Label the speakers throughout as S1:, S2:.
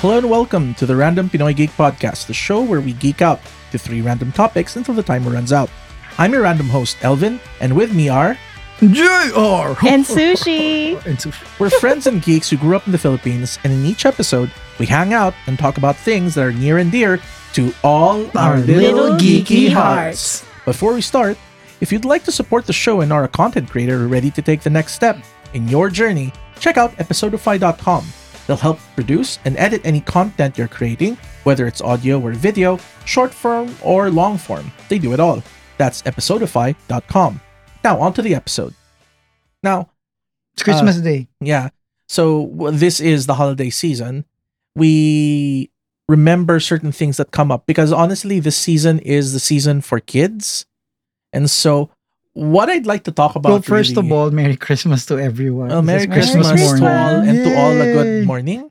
S1: Hello and welcome to the Random Pinoy Geek Podcast, the show where we geek out to three random topics until the timer runs out. I'm your random host, Elvin, and with me are
S2: JR!
S3: And sushi.
S2: And sushi.
S1: we're friends and geeks who grew up in the Philippines, and in each episode, we hang out and talk about things that are near and dear to all our little,
S3: Little
S1: geeky
S3: geeky
S1: hearts. Before we start, if you'd like to support the show and are a content creator who are ready to take the next step in your journey, check out episodify.com. They'll help produce and edit any content you're creating, whether it's audio or video, short form or long form. They do it all. That's episodify.com. Now, on to the episode. Now,
S2: It's
S1: Uh,
S2: Christmas Day.
S1: yeah. So w- this is the holiday season. We remember certain things that come up because honestly, this season is the season for kids. And so, what I'd like to talk about.
S2: Well, first
S1: really-
S2: of all, Merry Christmas to everyone.
S1: well,
S2: This
S1: Merry
S2: is
S1: Christmas,
S3: Christmas.
S1: to all, and to all a
S2: Yay.
S1: good morning,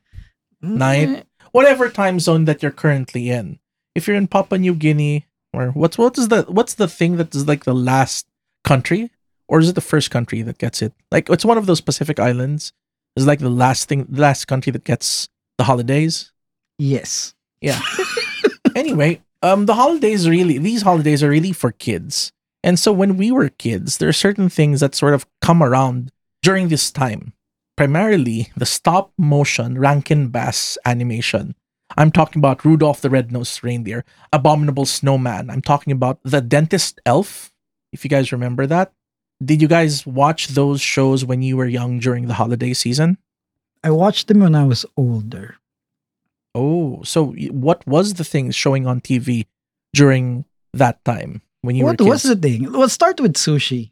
S1: night, whatever time zone that you're currently in. If you're in Papua New Guinea, or what's what is the what's the thing that is like the last country, or is it the first country that gets it? Like it's one of those Pacific islands. Is like the last thing, the last country that gets the holidays.
S2: Yes.
S1: anyway, um, the holidays really these holidays are really for kids. And so when we were kids, there are certain things that sort of come around during this time. Primarily the stop motion Rankin Bass animation. I'm talking about Rudolph the Red-Nosed Reindeer, Abominable Snowman. I'm talking about The Dentist Elf, if you guys remember that. Did you guys watch those shows when you were young during the holiday season?
S2: I watched them when I was older.
S1: Oh, so y- what was the thing showing on TV during that time when you
S2: what
S1: were
S2: was
S1: kids?
S2: the thing? Let's start with sushi.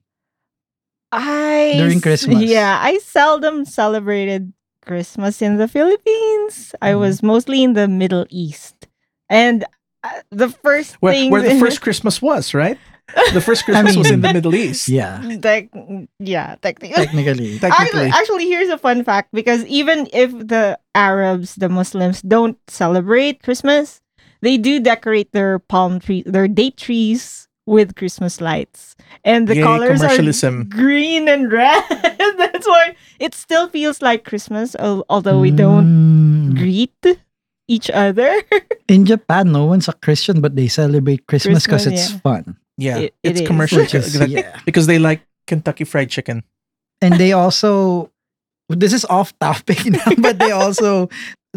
S3: I
S2: During
S3: s-
S2: Christmas.
S3: Yeah, I seldom celebrated Christmas in the Philippines. I
S1: Mhm.
S3: was mostly in the Middle East, and uh, the first
S1: where,
S3: thing
S1: where the first Christmas was, right? The first Christmas was in the Middle East.
S2: Yeah,
S3: Tec- yeah, technically.
S2: technically.
S1: Technically,
S3: Actually, actually, here's a fun fact because even if the Arabs, the Muslims, don't celebrate Christmas, they do decorate their palm tree, their date trees with Christmas lights, and the
S1: Yay,
S3: colors
S1: commercialism.
S3: are green and red. That's why it still feels like Christmas, al- although we don't
S2: Mm.
S3: greet each other.
S2: In Japan, no one's a Christian, but they celebrate Christmas because
S3: Christmas,
S2: it's fun.
S1: yeah,
S3: it- it
S1: it's
S3: is.
S1: commercial
S2: Which is,
S1: because-
S2: yeah.
S1: because they like Kentucky Fried Chicken.
S2: and they also this is off topic now but they also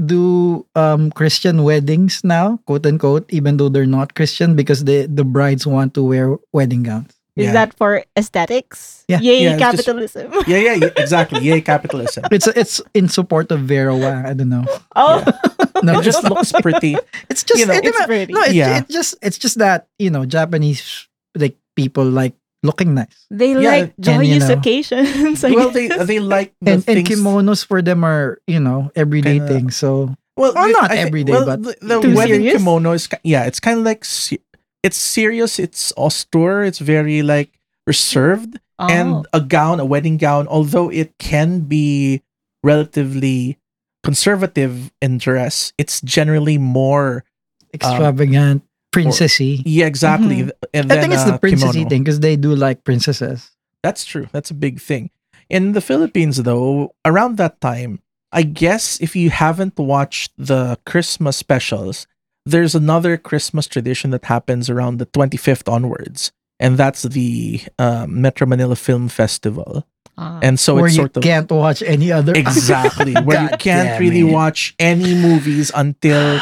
S2: do um christian weddings now quote unquote even though they're not christian because the the brides want to wear wedding gowns
S1: Yeah.
S3: Is that for aesthetics?
S2: Yeah.
S1: Yeah,
S3: Yay,
S1: it's just-
S3: capitalism!
S1: yeah, yeah, yeah, exactly. Yay, capitalism.
S2: it's it's in support of Vera Wang. I don't know.
S3: oh,
S2: No,
S1: It just looks pretty.
S2: it's just
S1: you know,
S2: I don't
S3: it's
S2: know.
S3: pretty.
S2: no. It's,
S1: Yeah.
S2: it just it's just that you know Japanese like people like looking nice
S3: They
S1: Yeah,
S3: like
S2: and, you
S3: joyous
S2: know-
S3: occasions. I
S1: well, they
S3: guess.
S1: they like the
S2: and and
S1: things.
S2: kimonos for them are you know everyday
S1: Kinda- um,
S2: things. So
S1: well,
S2: Well,
S1: you-
S2: not
S1: I thi-
S2: every day,
S1: well,
S2: but
S1: the, the
S3: Too
S1: wedding
S3: serious?
S1: kimono is ki- yeah, it's kind of like se- it's serious. It's austere. It's very like reserved.
S2: Oh,
S1: and a gown, a wedding gown, although it can be relatively conservative in dress, it's generally more
S2: extravagant, princessy.
S1: yeah, exactly.
S3: Mhm.
S1: th- And
S2: Mm-hmm. I think it's
S1: uh, kimono.
S2: the princessy thing because they do like princesses.
S1: That's true. That's a big thing. In the Philippines, though, around that time, I guess if you haven't watched the Christmas specials, there's another Christmas tradition that happens around the 25th onwards, and that's the um, Metro Manila Film Festival.
S2: ah.
S1: And so
S2: where
S1: it's
S2: you
S1: sort of
S2: can't watch any other.
S1: Exactly. Where you
S2: God
S1: can't
S2: damn
S1: really
S2: it.
S1: watch any movies until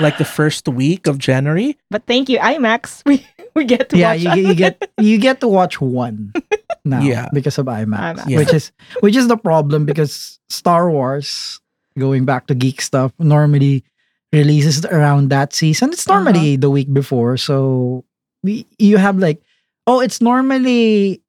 S1: like the first week of January.
S3: but thank you, IMAX. We we get to
S2: yeah,
S3: watch
S2: you,
S3: that.
S2: get- you get you get to watch one now
S1: Yeah.
S2: because of IMAX,
S3: IMAX.
S1: Yeah.
S2: which is which is the problem because Star Wars, going back to geek stuff, normally releases around that season. It's normally
S3: Uh-huh.
S2: the week before, so we, you have like oh, it's normally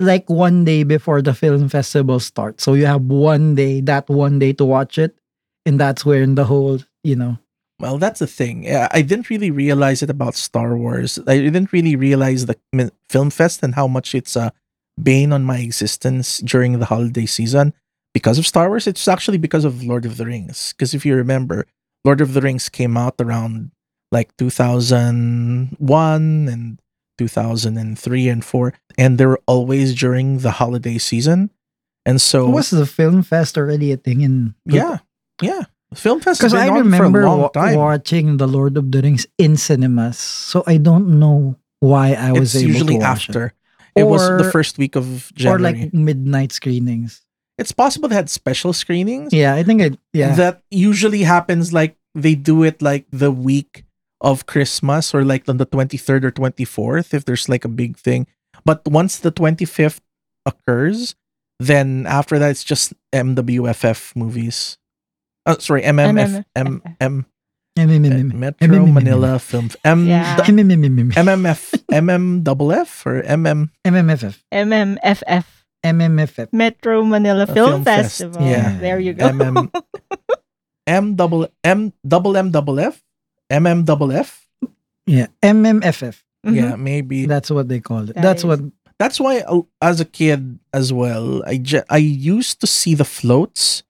S2: like one day before the film festival starts, so you have one day that one day to watch it, and that's where the whole you know
S1: Well, that's the thing. Uh, I didn't really realize it about Star Wars. I didn't really realize the mi- film fest and how much it's a bane on my existence during the holiday season because of Star Wars. It's actually because of Lord of the Rings. Because if you remember, Lord of the Rings came out around like 2001 and 2003 and 4 and they were always during the holiday season and so
S2: was the film fest already a thing in
S1: yeah yeah Film fest has
S2: Because
S1: been
S2: I
S1: on for
S2: remember
S1: a long
S2: wa-
S1: time.
S2: watching The Lord of the Rings in cinemas, so I don't know why I was
S1: it's
S2: able
S1: usually
S2: to watch
S1: after.
S2: it.
S1: It was the
S2: Or-
S1: first week of
S2: or
S1: January.
S2: like midnight screenings.
S1: it's possible they had special screenings.
S2: Yeah, I think I yeah.
S1: That usually happens like they do it like the week of Christmas or like on the 23rd or 24th if there's like a big thing. But once the 25th occurs, then after that it's just MWFF movies. Oh, sorry, MMF, M, M,
S2: MMMM.
S1: Metro Manila Film, F- M,
S3: Yeah.
S1: the-
S2: MMMM.
S1: MMF, MMFF or MM
S2: MMFF.
S3: MMFF
S2: MMFF.
S3: Metro Manila
S1: A film
S3: Film,
S1: fest,
S3: Festival.
S2: yeah.
S3: There you go.
S1: MM M double M double M double F MM double F.
S2: Yeah, MMFF.
S1: Yeah,
S3: Mhm.
S1: maybe
S2: That's what they call it.
S3: That
S2: That's
S3: is-
S2: what
S1: that's why uh, as a kid as well, I ju- I used to see the floats,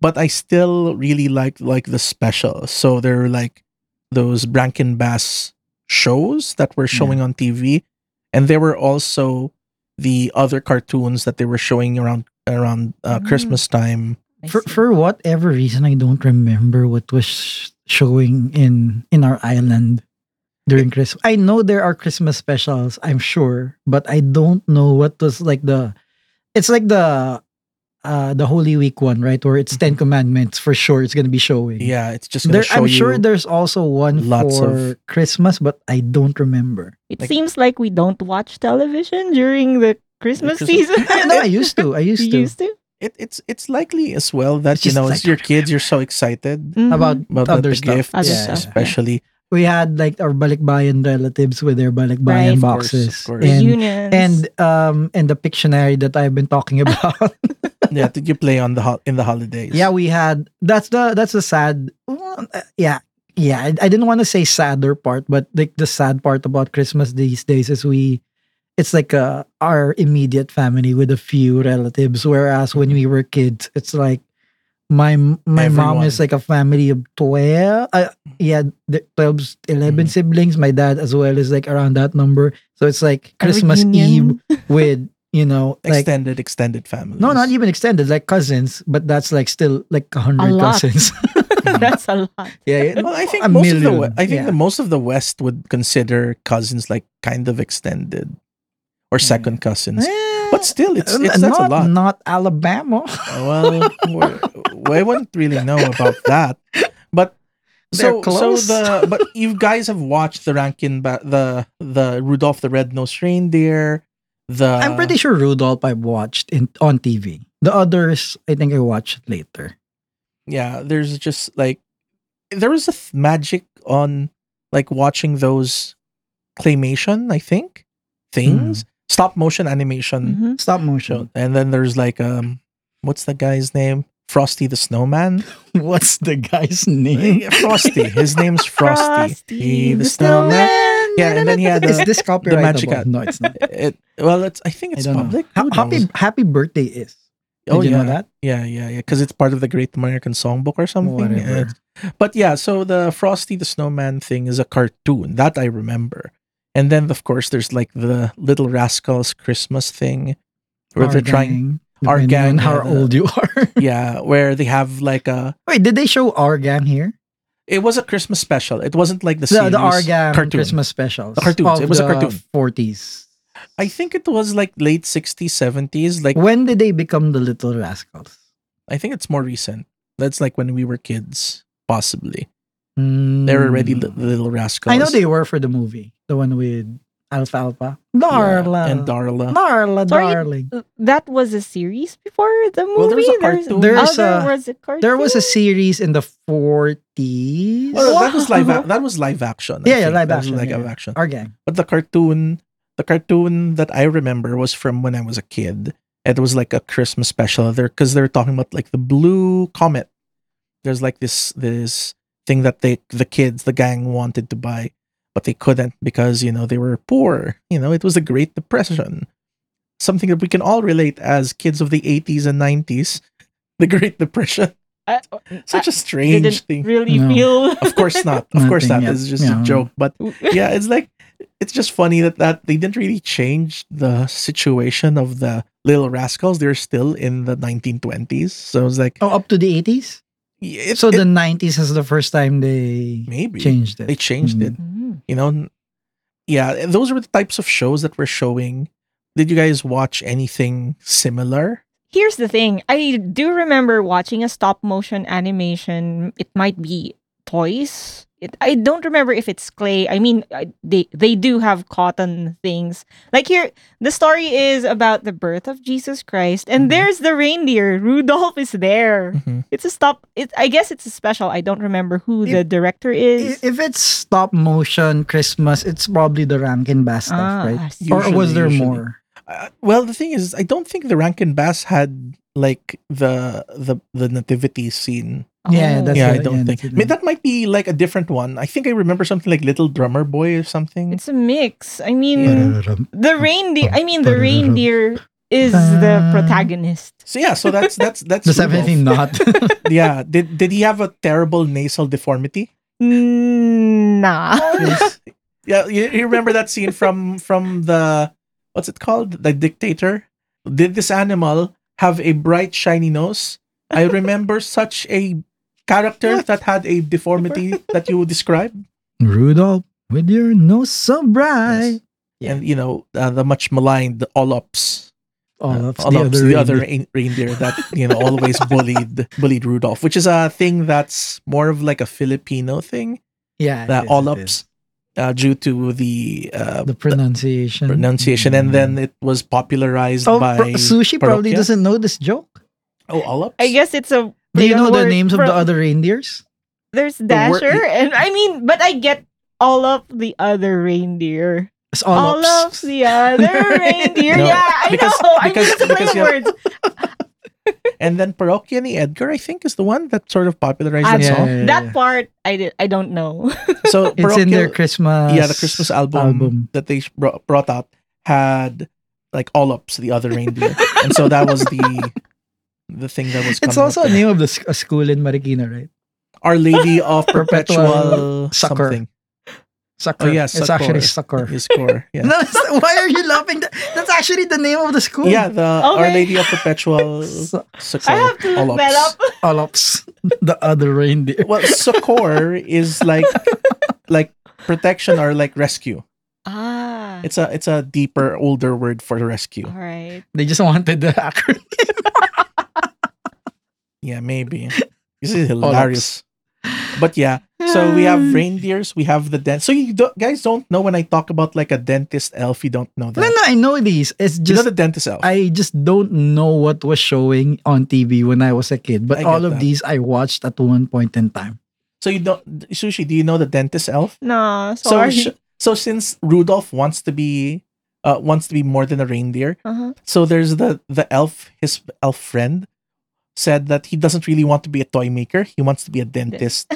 S1: but I still really like like the specials. So they're like those Brankenbass shows that were
S2: Yeah.
S1: showing on TV, and there were also the other cartoons that they were showing around around uh,
S3: Mm.
S1: Christmas time.
S3: I
S2: for
S3: see.
S2: for whatever reason I don't remember what was sh- showing in in our island during Christmas. I know there are Christmas specials, I'm sure, but I don't know what was like the it's like the uh the Holy Week one, right? Where it's 10 commandments for sure it's going to be showing.
S1: Mm-hmm. Yeah, it's just gonna
S2: There,
S1: show
S2: Mm. I'm sure
S1: you-
S2: there's also one
S1: lots
S2: for Christmas, but I don't remember.
S3: it
S1: like-
S3: seems like we don't watch television during the Christmas,
S1: Christmas-
S3: season.
S2: no, I used to. I used
S3: You
S2: to.
S3: used to.
S1: it, it's it's likely as well that
S2: It's
S1: you
S2: just
S1: know as
S2: like,
S1: your kids you're so excited
S3: Mhm.
S2: About,
S1: about
S2: other
S1: the, the gifts
S2: stuff.
S3: Other
S2: yeah.
S3: stuff.
S1: especially
S2: we had like our balikbayan relatives with their
S3: Right.
S2: balikbayan
S3: Of
S1: course, of
S2: boxes
S1: course.
S2: and
S3: reunions
S2: and um and the Pictionary that I've been talking about.
S1: yeah that you play on the hol- in the holidays
S2: yeah, we had that's the that's the sad uh, yeah yeah I, I didn't want to say sadder part, but like the sad part about Christmas these days is we it's like uh, our immediate family with a few relatives, whereas when we were kids, it's like my my mom
S1: Everyone.
S2: is like a family of twelve. Uh, yeah, the 12, 11
S3: Mm-hmm.
S1: Mhm.
S2: siblings. My dad as well is like around that number. So it's like
S3: a
S2: Christmas Eve
S3: reunion.
S2: with you know like
S1: extended extended families
S2: no, not even extended, like cousins, but that's like still like a
S3: A
S2: hundred
S3: lot.
S2: cousins.
S3: That's a lot.
S2: yeah, yeah.
S1: well, I think
S2: A
S1: most of the we-
S2: million,
S1: I think
S2: yeah.
S1: the most of the West would consider cousins like kind of extended or second cousins,
S2: Eh,
S1: but still, it's,
S2: n-
S1: it's that's
S2: not,
S1: a lot. Oh,
S2: Not Alabama.
S1: well, uh, we, we wouldn't really know about that, but so
S2: They're close.
S1: so the but you guys have watched the Rankin ba- the the Rudolph the Red Nosed Reindeer. The
S2: I'm pretty sure Rudolph I watched in on TV. The others, I think I watched later.
S1: yeah there's just like there was a th- magic on like watching those claymation i think things
S2: Hmm.
S1: stop motion
S2: Mm-hmm.
S1: animation
S3: Mhm.
S2: Stop
S1: show
S2: motion.
S1: and then there's like um what's the guy's name frosty the snowman
S2: What's the guy's name?
S1: Eh, frosty his name's frosty, He
S3: the snowman.
S1: yeah and then he had
S2: Is
S1: a,
S2: this
S1: magic
S2: copyrightable?
S1: ad.
S2: No, it's not.
S1: it, well it's i think it's
S2: I don't know.
S1: public
S2: Ha-
S1: Who
S2: happy
S1: knows?
S2: Happy birthday is. Did
S1: oh
S2: you
S1: yeah
S2: know that?
S1: yeah yeah yeah because it's part of the great american songbook or something Yeah.
S2: Whatever.
S1: But yeah, so the Frosty the Snowman thing is a cartoon that I remember. And then of course there's like the Little Rascals Christmas thing where
S2: Our
S1: they're trying
S2: gang,
S1: our gang,
S2: depending on how
S1: yeah, the-
S2: old you are.
S1: yeah, where they have like a
S2: Wait, did they show our gang here?
S1: it was a Christmas special. It wasn't like the
S2: the,
S1: series,
S2: the Argam
S1: cartoon.
S2: Christmas specials.
S1: The cartoons.
S2: of
S1: It was a
S2: the
S1: cartoon.
S2: 40s.
S1: I think it was like late 60s, 70s, like
S2: when did they become the Little Rascals?
S1: I think it's more recent. That's like when we were kids possibly. They're already
S2: Hmm.
S1: li- Little Rascals.
S2: I know they were for the movie, the one with Alfalfa.
S1: Yeah,
S2: Darla.
S1: and Darla.
S2: Darla,
S3: Sorry.
S2: darling.
S3: That was a series before the movie.
S1: Well, there was a cartoon.
S2: There's
S3: oh, there
S2: a-
S3: was a cartoon.
S2: There was a series in the 40s.
S1: Well, that was live.
S3: Wow.
S1: ac- That was live action. I
S2: Yeah, yeah,
S1: think.
S2: live
S1: That was
S2: action,
S1: Live
S2: yeah, yeah.
S1: action.
S2: Our gang.
S1: But the cartoon, the cartoon that I remember was from when I was a kid. It was like a Christmas special there because they were talking about like the blue comet. There's like this this thing that they the kids the gang wanted to buy, but they couldn't because you know they were poor. You know it was the Great Depression, something that we can all relate as kids of the 80s and 90s. The Great Depression,
S3: I,
S1: such
S2: Uh,
S1: a
S3: I
S1: strange
S3: didn't
S1: thing.
S3: really
S2: No.
S3: feel.
S1: Of course not. Of course
S2: Nothing
S1: not.
S2: yet.
S1: It's just
S2: Yeah.
S1: a joke, but yeah, it's like it's just funny that that they didn't really change the situation of the Little Rascals. They're still in the 1920s, so it's like
S2: Oh, up to the 80s?
S1: Yeah, it-
S2: Oh, So
S1: it-
S2: the 90s is the first time they
S1: maybe
S2: changed
S1: they
S2: it.
S1: changed it.
S2: Hmm.
S3: Mm.
S1: You know, n- yeah, and those were the types of shows that were showing. Did you guys watch anything similar?
S3: Here's the thing. I do remember watching a stop motion animation. It might be toys. It, I don't remember if it's clay. I mean, I, they they do have cotton things. Like here, the story is about the birth of Jesus Christ,
S2: Mm-hmm.
S3: and
S1: Mhm.
S3: there's the reindeer. Rudolph is there.
S1: Mhm.
S3: It's a stop. It, I guess it's a special. I don't remember who the director
S2: I-
S3: is.
S2: If it's stop motion Christmas, it's probably the Rankin Bass stuff,
S3: Ah,
S2: right?
S3: I see.
S2: or was
S1: Usually,
S2: there
S1: usually.
S2: more?
S1: Uh, well, the thing is, I don't think the Rankin Bass had like the the the nativity scene.
S2: Yeah,
S3: Oh.
S2: that's
S1: yeah, I
S2: what-
S1: don't
S2: yeah,
S1: think.
S2: that's it.
S1: May- that might be like a different one. I think I remember something like Little Drummer Boy or something.
S3: It's a mix. I mean,
S2: Yeah.
S3: the reindeer. I mean, the
S2: uh-huh.
S3: reindeer is
S2: Uh,
S3: the protagonist.
S1: so yeah, so that's that's that's
S2: The
S1: Rudolph.
S2: 17 not.
S1: Yeah, did did he have a terrible nasal deformity?
S3: Mm, Nah.
S1: Yes. yeah, you, you remember that scene from from the what's it called? The dictator. Did this animal have a bright shiny nose? I remember such a character that had a deformity that you described.
S2: Rudolph, with your nose so bright.
S1: Yes. And you know uh, the much maligned Olops,
S2: Oh,
S1: Uh,
S2: that's the
S1: Olops,
S2: other.
S1: the other
S2: reindeer.
S1: rein- reindeer that you know always bullied bullied Rudolph, which is a thing that's more of like a Filipino thing.
S2: yeah, it
S1: That
S2: is, it is.
S1: Olops, uh, due to the uh,
S2: The pronunciation.
S1: pronunciation, and
S2: Mm.
S1: then it was popularized
S2: Oh,
S1: by
S2: pro- sushi probably
S1: Parokya?
S2: doesn't know this joke.
S1: Oh, Olops.
S3: I guess it's a.
S2: Do you
S3: real
S2: know the
S3: word
S2: names of
S3: from-
S2: the other reindeers?
S3: There's
S1: word-
S3: Dasher, and I mean, but I get all of the other reindeer.
S2: It's
S3: All of
S2: Olops.
S3: the other reindeer.
S1: No,
S3: yeah, I
S1: because-
S3: know.
S1: because-
S3: I need to play
S1: because
S3: the
S1: you have-
S3: words.
S1: And then Parokya ni Edgar, I think, is the one that sort of popularized
S3: Ah,
S1: that
S2: yeah,
S1: song.
S2: yeah, yeah.
S3: That part, I did. I don't know.
S1: So
S2: It's in their
S1: Parokya-
S2: Christmas.
S1: yeah, the Christmas album, that they sh- bro- brought out had like Olops, the other reindeer, and so that was the the thing that was.
S2: It's
S1: coming
S2: also
S1: up
S2: a
S1: there.
S2: name of the sc- a school in Marikina, right?
S1: Our Lady of Perpetual
S2: Perpetual Succor.
S1: something. Oh,
S2: Sucker.
S1: yeah,
S2: it's actually Sucker.
S1: Is core. Yeah.
S2: No, it's- why are you laughing? That- That's actually the name of the school.
S1: Yeah, the Our
S3: Okay.
S1: Lady of Perpetual
S2: Su-
S1: Succor.
S3: I have to look that
S1: Olops.
S2: Olops,
S3: up.
S2: the other reindeer.
S1: Well, succor is like like protection or like rescue.
S3: Ah,
S1: It's a it's a deeper, older word for rescue.
S3: all right.
S2: They just wanted the acronym.
S1: Yeah, maybe. This is hilarious. But yeah, so we
S3: Hmm.
S1: have reindeers. We have the dent. So you do- guys don't know when I talk about like a dentist elf. You don't know that.
S2: No, no, I know these. It's
S1: you know
S2: just
S1: the dentist elf.
S2: I just don't know what was showing on TV when I was a kid. But
S1: I get
S2: all of
S1: that.
S2: these I watched at one point in time.
S1: so you don't sushi. Do you know the dentist elf?
S3: No,
S1: So
S3: sorry.
S1: sh- so since Rudolph wants to be uh, wants to be more than a reindeer,
S3: uh-huh.
S1: So there's the the elf, his elf friend, said that he doesn't really want to be a toy maker. He wants to be a dentist,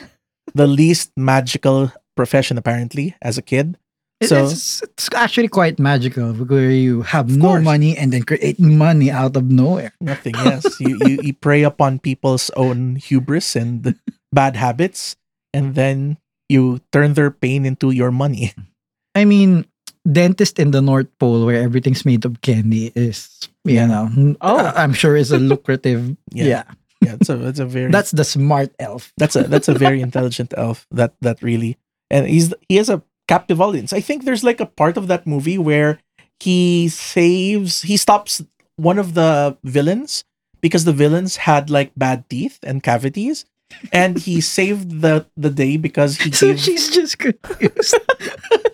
S1: the least magical profession apparently as a kid.
S2: It-
S1: So-
S2: it's, it's actually quite magical where you have
S1: Of
S2: no
S1: course.
S2: money and then create money out of nowhere.
S1: Nothing, yes. you, you you prey upon people's own hubris and bad habits, and then you turn their pain into your money.
S2: I mean, dentist in the North Pole where everything's made of candy is, you
S1: Yeah.
S2: know,
S3: Oh.
S2: I- I'm sure is a lucrative. yeah.
S1: Yeah, yeah. It's a it's a very
S2: That's the smart elf.
S1: That's a that's a very intelligent elf. That that really and he's he has a captive audience. I think there's like a part of that movie where he saves he stops one of the villains because the villains had like bad teeth and cavities. And he saved the the day because he
S2: So
S1: gave
S2: she's just confused.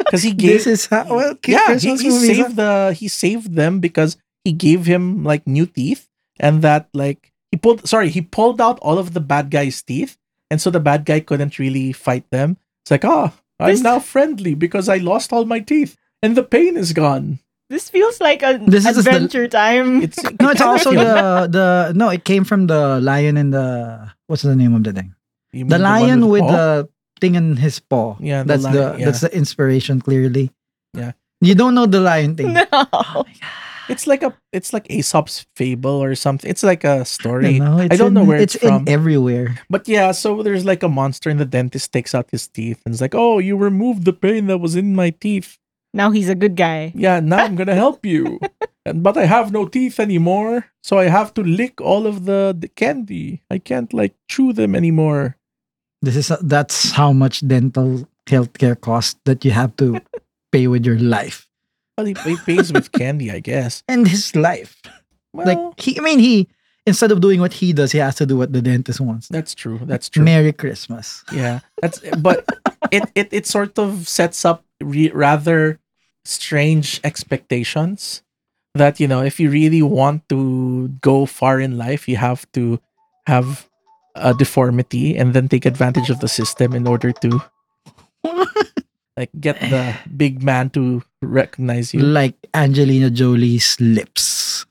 S1: because he gave
S2: this is how, Uh, well, kid
S1: yeah he,
S2: Christmas
S1: he
S2: movies are-
S1: saved the he saved them because he gave him like new teeth and that like he pulled sorry he pulled out all of the bad guy's teeth and so the bad guy couldn't really fight them it's like ah i'm
S3: This-
S1: now friendly because i lost all my teeth and the pain is gone
S3: This feels like an
S2: This is the-
S3: adventure time.
S1: it's
S2: No, it's
S1: kind of
S2: also
S1: feel-
S2: the the no. It came from the lion and the what's the name of the thing?
S1: You mean
S2: The
S1: one
S2: lion with
S1: paw?
S2: the thing in his paw.
S1: Yeah, the
S2: that's
S1: lion,
S2: the
S1: yeah.
S2: that's the inspiration clearly.
S1: Yeah.
S2: you don't know the lion thing.
S3: no.
S1: it's like a it's like aesop's fable or something it's like a story
S2: No, it's
S1: I don't know
S2: in-
S1: where it's from.
S2: in everywhere.
S1: But yeah, so there's like a monster, and the dentist takes out his teeth and is like, Oh, you removed the pain that was in my teeth.
S3: Now he's a good guy.
S1: Yeah, now I'm going to help you. And but I have no teeth anymore, so I have to lick all of the, the candy. I can't like chew them anymore.
S2: This is that's how much dental healthcare cost that you have to pay with your life
S1: Well, he, he pays with candy, I guess.
S2: and his life.
S1: Well,
S2: like he, I mean, he instead of doing what he does, he has to do what the dentist wants.
S1: that's true. That's true.
S2: Merry Christmas.
S1: Yeah, that's but it, it it sort of sets up re- rather strange expectations that you know if you really want to go far in life, you have to have a deformity and then take advantage of the system in order to like get the big man to recognize you.
S2: like Angelina Jolie's lips.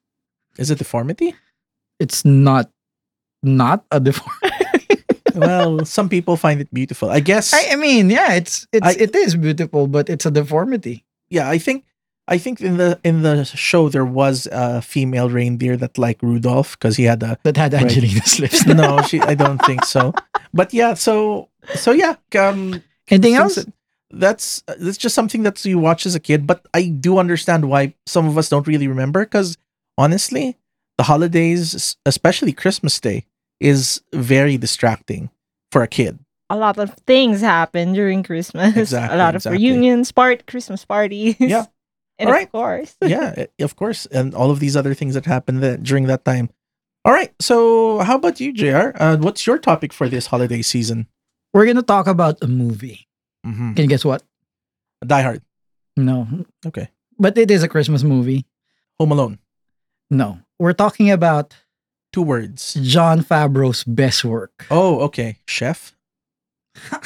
S1: Is it deformity?
S2: It's not not a deform.
S1: Well, some people find it beautiful. I guess.
S2: I, I mean, yeah, it's it's
S1: I-
S2: it is beautiful, but it's a deformity.
S1: yeah i think i think in the in the show there was a female reindeer that like rudolph because he had a
S2: that had
S1: Right.
S2: Angelina's lips.
S1: no she i don't think so but yeah so so yeah um
S2: Anything
S1: things
S2: else?
S1: that- that's uh, that's just something that you watch as a kid but i do understand why some of us don't really remember because honestly the holidays s- especially christmas day is very distracting for a kid
S3: a lot of things happen during Christmas.
S1: Exactly,
S3: a lot of
S1: exactly.
S3: reunions, part Christmas parties.
S1: Yeah.
S3: and
S1: Alright.
S3: of course,
S1: yeah, i- of course, and all of these other things that happened that, during that time. All right, so how about you, Jr? Uh, what's your topic for this holiday season?
S2: We're gonna talk about a movie.
S1: Mm-hmm.
S2: Can you guess what?
S1: Die Hard,
S2: No.
S1: Okay.
S2: But it is a Christmas movie.
S1: Home Alone,
S2: No. We're talking about
S1: two words.
S2: John Favreau's best work.
S1: Oh, okay, chef.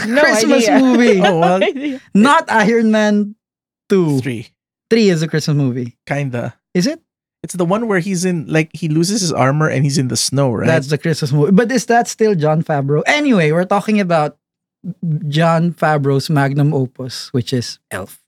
S3: No
S2: Christmas
S3: idea.
S2: movie.
S1: Oh, well,
S2: Not Iron Man 2. Three.
S1: three,
S2: is a Christmas movie.
S1: kinda.
S2: Is it?
S1: It's the one where he's in like he loses his armor and he's in the snow, right?
S2: That's the Christmas movie. But is that still John Favreau? Anyway, we're talking about John Favreau's magnum opus, which is Elf.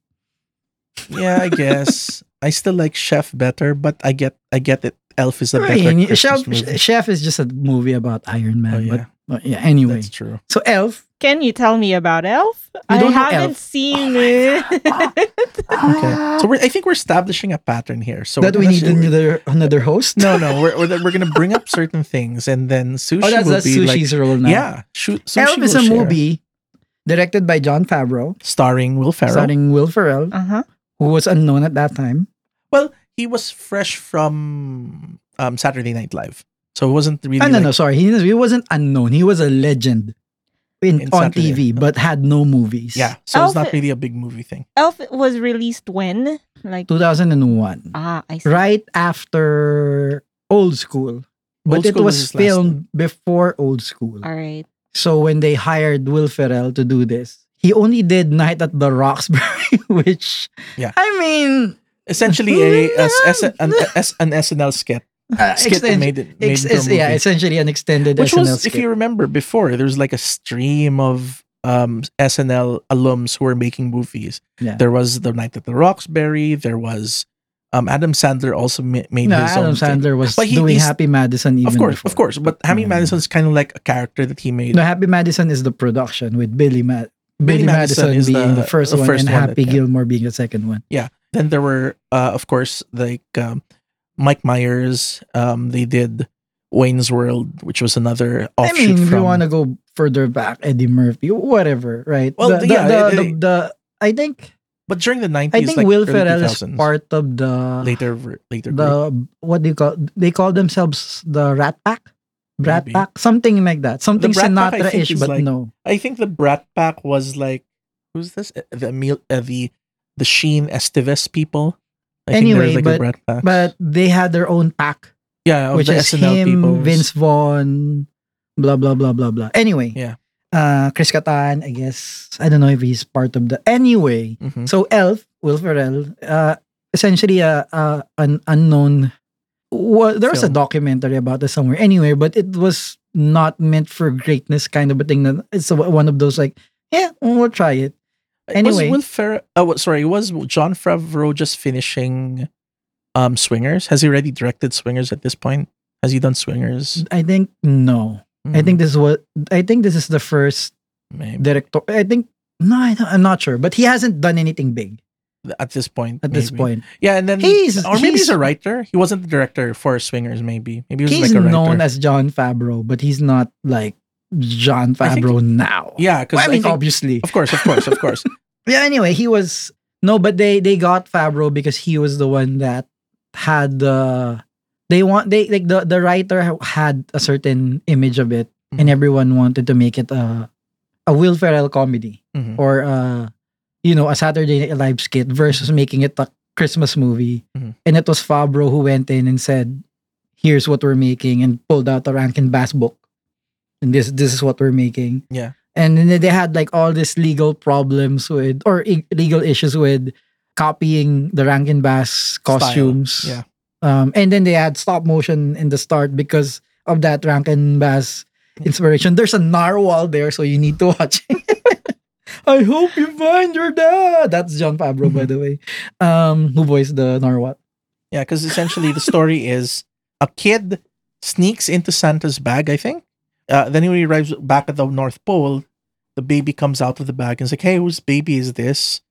S1: yeah, I guess. I still like Chef better, but I get I get it. Elf is a
S2: I
S1: better
S2: mean,
S1: Christmas
S2: Chef,
S1: movie.
S2: Chef is just a movie about Iron Man.
S1: Oh, yeah,
S2: But, but yeah, anyway.
S1: that's true.
S2: So Elf.
S3: Can you tell me about Elf? I
S2: don't know
S3: haven't
S2: Elf.
S3: seen it.
S1: Okay, so we're, I think we're establishing a pattern here. So
S2: that
S1: we're
S2: we
S1: gonna-
S2: need another another host.
S1: No, no, we're we're, we're gonna bring up certain things, and then sushi
S2: oh, that's,
S1: will
S2: that's
S1: be
S2: Sushi's role
S1: like,
S2: now.
S1: yeah, shoot. Sushi
S2: Elf is
S1: will
S2: a
S1: share.
S2: movie directed by John Favreau,
S1: starring Will Ferrell.
S2: starring Will Ferrell,
S3: uh huh.
S2: who was unknown at that time.
S1: Well, he was fresh from um, Saturday Night Live, so it wasn't really.
S2: Ah, no,
S1: like-
S2: no, sorry, he, he wasn't unknown. He was a legend in,
S1: In
S2: on
S1: Saturday.
S2: TV, but had no movies.
S1: Yeah, so it's
S3: Elf-
S1: not really a big movie thing.
S3: Elf was released when? Like
S2: 2001,
S3: ah, I see.
S2: right after Old School, but
S1: Old
S2: it
S1: School
S2: was
S1: his last-
S2: filmed before Old School.
S3: All right.
S2: So when they hired Will Ferrell to do this, he only did Night at the Roxbury, which
S1: Yeah.
S2: I mean,
S1: essentially a, a, S- an, S- an SNL skit.
S2: uh,
S1: Skit that
S2: exten-
S1: made it made
S2: ex-
S1: into a
S2: es- yeah,
S1: movie.
S2: essentially an extended
S1: which
S2: SNL
S1: was,
S2: skit.
S1: if you remember before, there was like a stream of um, SNL alums who were making movies.
S2: Yeah.
S1: There was The Night at the Roxbury. There was um, Adam Sandler also ma- made
S2: no,
S1: his
S2: Adam
S1: own thing.
S2: Sandler was
S1: But he-
S2: doing
S1: he's-
S2: Happy Madison. Even
S1: of course,
S2: before.
S1: of course. But Hammy
S2: Yeah.
S1: Madison is kind of like a character that he made.
S2: No, Happy Madison is the production with Billy Mad. Billy, Madison,
S1: Madison is
S2: being the,
S1: the-
S2: first
S1: the
S2: one
S1: first
S2: and
S1: one that-
S2: Happy
S1: yeah.
S2: Gilmore being the second one.
S1: Then there were, uh, of course, like um, Mike Myers. Um, they did Wayne's World, which was another offshoot
S2: I mean, if
S1: from.
S2: you want to go further back, Eddie Murphy, whatever, right?
S1: Well,
S2: the, the-
S1: yeah,
S2: the-
S1: it-
S2: the-
S1: it-
S2: the- I think
S1: but during the nineties,
S2: I think
S1: like
S2: Will
S1: early
S2: Ferrell is
S1: 2000s,
S2: part of the
S1: later, ver- later. group.
S2: the what do you call they call themselves the Rat Pack, Rat
S1: Maybe.
S2: Pack, something like that, something
S1: Brat Pack, I
S2: Sinatra ish,
S1: think, is
S2: but
S1: like-
S2: no,
S1: I think the Brat Pack was like who's this? Uh, The Emil, uh, the the Sheen Estevez people. I
S2: Anyway,
S1: think there was like a Brat Pack.
S2: but they had their own pack,
S1: yeah, of
S2: which
S1: the
S2: is
S1: SNL
S2: him,
S1: people.
S2: Vince Vaughn, blah blah blah blah blah. Anyway,
S1: Yeah.
S2: uh, Chris Kattan, I guess I don't know if he's part of the. Anyway,
S1: Mhm.
S2: so Elf Will Ferrell, uh, essentially a, a an unknown. Well, there was
S1: Film.
S2: a documentary about this somewhere. Anyway, but it was not meant for greatness, kind of a thing. That it's one of those like, yeah, we'll try it. anyway.
S1: was Will Ferrell? Oh, wa- sorry, was John Favreau just finishing um Swingers? Has he already directed Swingers at this point? Has he done Swingers?
S2: I think no. I
S1: Mm-hmm.
S2: think this was. I think this is the first
S1: Mm, maybe.
S2: director. I think no, I don't, I'm not sure, but he hasn't done anything big.
S1: at this point.
S2: at this
S1: maybe.
S2: point.
S1: Yeah, and then
S2: He's-
S1: or maybe he's,
S2: he's-
S1: a writer. He wasn't the director for Swingers. Maybe maybe he was like
S2: He's
S1: a writer.
S2: known as John Favreau, but he's not like John
S1: I think-
S2: Favreau now.
S1: yeah, because
S2: Well, I mean,
S1: think,
S2: obviously.
S1: of course, of course, of course.
S2: Yeah. Anyway, he was no, but they they got Fabro because he was the one that had the they want they like the the writer ha- had a certain image of it, and
S1: Mhm.
S2: everyone wanted to make it a a Will Ferrell comedy
S1: Mhm.
S2: or a you know a Saturday Night Live skit versus
S1: Mm-hmm.
S2: making it a Christmas movie,
S1: Mhm.
S2: and it was Fabro who went in and said, "Here's what we're making," and pulled out a Rankin Bass book, and this this is what we're making and then they had like all these legal problems with or i- legal issues with copying the Rankin Bass
S1: Style,
S2: costumes.
S1: yeah.
S2: Um, and then they had stop motion in the start because of that Rankin Bass inspiration. There's a narwhal there, so you need to watch it. I hope you find your dad. That's John Favreau, by the way, um, who voiced the narwhal.
S1: Yeah, because essentially the story is a kid sneaks into Santa's bag, I think. Uh, then when he arrives back at the North Pole, the baby comes out of the bag and is like, hey, whose baby is this?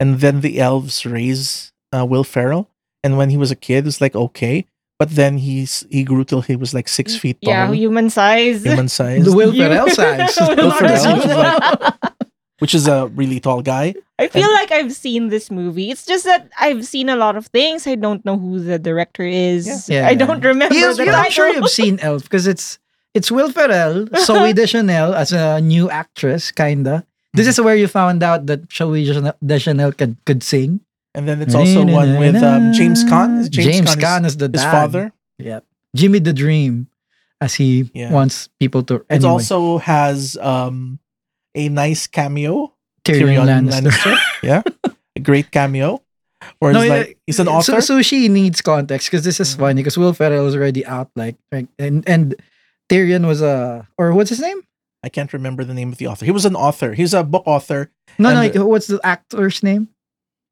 S1: And then the elves raise uh, Will Ferrell. And when he was a kid, it's like, okay. But then he's he grew till he was like
S2: Mm,
S1: six feet tall,
S3: Yeah, human size.
S1: human size,
S2: The Will
S3: You-
S2: Ferrell size.
S3: Will
S1: Will Ferrell, which is
S3: Ferrell.
S1: which is a really tall guy.
S3: I feel like I've seen this movie. It's just that I've seen a lot of things. I don't know who the director is.
S2: Yeah.
S3: I don't remember
S2: Yes,
S3: the
S2: yeah, I'm sure
S3: title.
S2: you've seen Elf because it's it's Will Ferrell, Zoe Deschanel as a new actress, kinda. This is where you found out that Zoe Deschanel- Deschanel could could sing.
S1: And then it's also one with um, James Caan. Is
S2: James,
S1: James, Caan
S2: Caan
S1: is
S2: is the
S1: his
S2: dad.
S1: father.
S2: Jimmy the Dream, as he
S1: Yeah.
S2: wants people to.
S1: It
S2: Anyway,
S1: also has um, a nice cameo
S2: Tyrion, Lannister.
S1: yeah, a great cameo. Where
S2: No,
S1: it's
S2: yeah,
S1: like he's an
S2: So-
S1: author.
S2: So, she needs context because this is
S1: Mhm.
S2: funny because Will Ferrell is already out, like, like and and Tyrion was a or what's his name?
S1: I can't remember the name of the author. He was an author. He's a book author.
S2: No,
S1: And-
S2: no, what's the actor's name?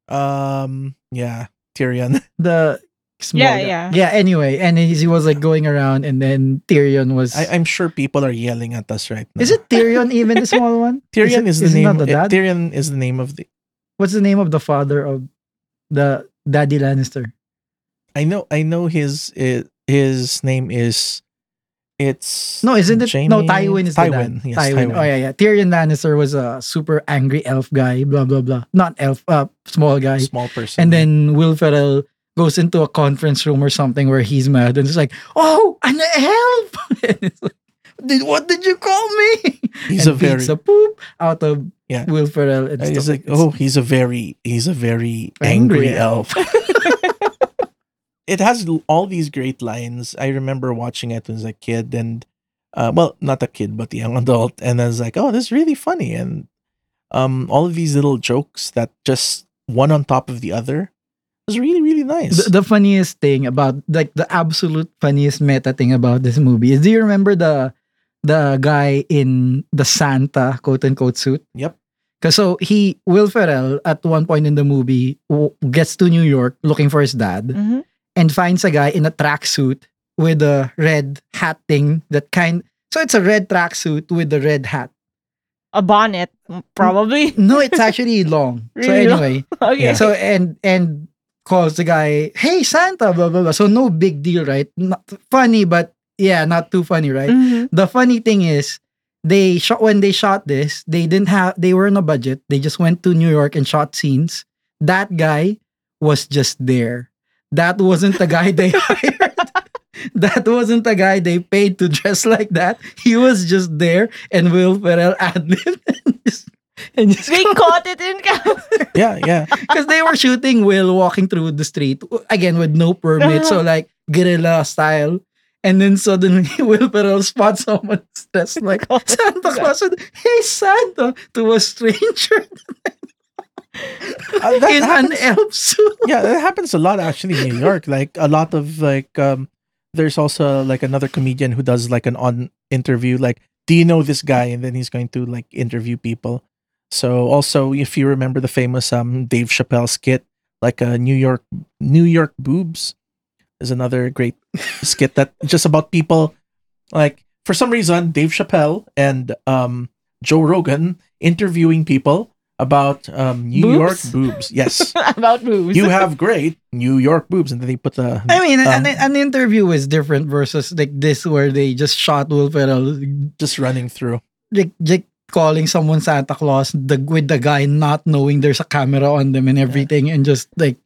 S1: Um, yeah, Tyrion.
S2: the small
S3: Yeah,
S2: guy.
S3: yeah.
S2: yeah anyway and he, he was like going around and then Tyrion was
S1: I, I'm sure people are yelling at us right now.
S2: is it Tyrion even the small one
S1: Tyrion? Is,
S2: Is it-
S1: the
S2: is it
S1: name?
S2: not the
S1: eh,
S2: dad?
S1: Tyrion is the name of the.
S2: what's the name of the father of the daddy Lannister
S1: I know. I know his eh, his name is. It's
S2: no isn't it no
S1: Jaime-
S2: Tywin is
S1: Tywin.
S2: the dad
S1: Yes,
S2: Tywin.
S1: Tywin.
S2: oh yeah yeah Tyrion Lannister was a super angry elf guy blah blah blah not elf uh small guy
S1: small person.
S2: and then Will Ferrell goes into a conference room or something where he's mad and it's like oh an elf and it's like did, what did you call me
S1: he's a
S2: and
S1: very.
S2: beats the poop out of
S1: Yeah.
S2: Will Ferrell. And
S1: uh,
S2: stuff
S1: He's like,
S2: that.
S1: oh, he's a very, he's a very angry
S2: Angry
S1: elf. it has l- all these great lines. I remember watching it as a kid, and uh, well, not a kid, but a young adult, and I was like, oh, this is really funny, and um, all of these little jokes that just one on top of the other was really, really nice.
S2: The, the funniest thing about like the absolute funniest meta thing about this movie is do you remember the the guy in the Santa quote unquote suit?
S1: Yep.
S2: Cause so he Will Ferrell at one point in the movie w- gets to New York looking for his dad
S3: Mhm.
S2: and finds a guy in a tracksuit with a red hat thing that kind. So it's a red tracksuit with a red hat.
S3: A bonnet, probably.
S2: No, it's actually long.
S3: Really
S2: so
S3: long.
S2: anyway,
S3: okay.
S1: Yeah.
S2: So and and calls the guy, "Hey Santa," blah blah blah. So no big deal, right? Not funny, but yeah, not too funny, right?
S3: Mhm.
S2: The funny thing is, they shot when they shot this, they didn't have they were on a budget. They just went to New York and shot scenes. That guy was just there. That wasn't the guy they hired. That wasn't the guy they paid to dress like that. He was just there, and Will Ferrell ad libbed and just, and just
S3: They caught it in camera.
S1: yeah, yeah.
S2: because they were shooting Will walking through the street again with no permit, so like guerrilla style. And then suddenly Will Ferrell spots someone dressed like
S3: God.
S2: Santa Claus. And, hey Santa to a stranger
S1: Uh, that
S2: in an
S1: happens,
S2: elf suit.
S1: yeah, that happens a lot actually in New York. Like a lot of like, um, there's also like another comedian who does like an on interview, like, do you know this guy? And then he's going to like interview people. So also, if you remember the famous um Dave Chappelle skit, like uh, New York New York boobs, is another great skit that just about people like for some reason Dave Chappelle and um Joe Rogan interviewing people about um, New
S3: Boobs?
S1: York boobs. Yes,
S3: about boobs.
S1: you have great New York boobs, and then they put the
S2: I mean,
S1: Um,
S2: an, an interview is different versus like this, where they just shot Will Ferrell,
S1: just running through.
S2: like, like calling someone Santa Claus the, with the guy not knowing there's a camera on them and everything, and just like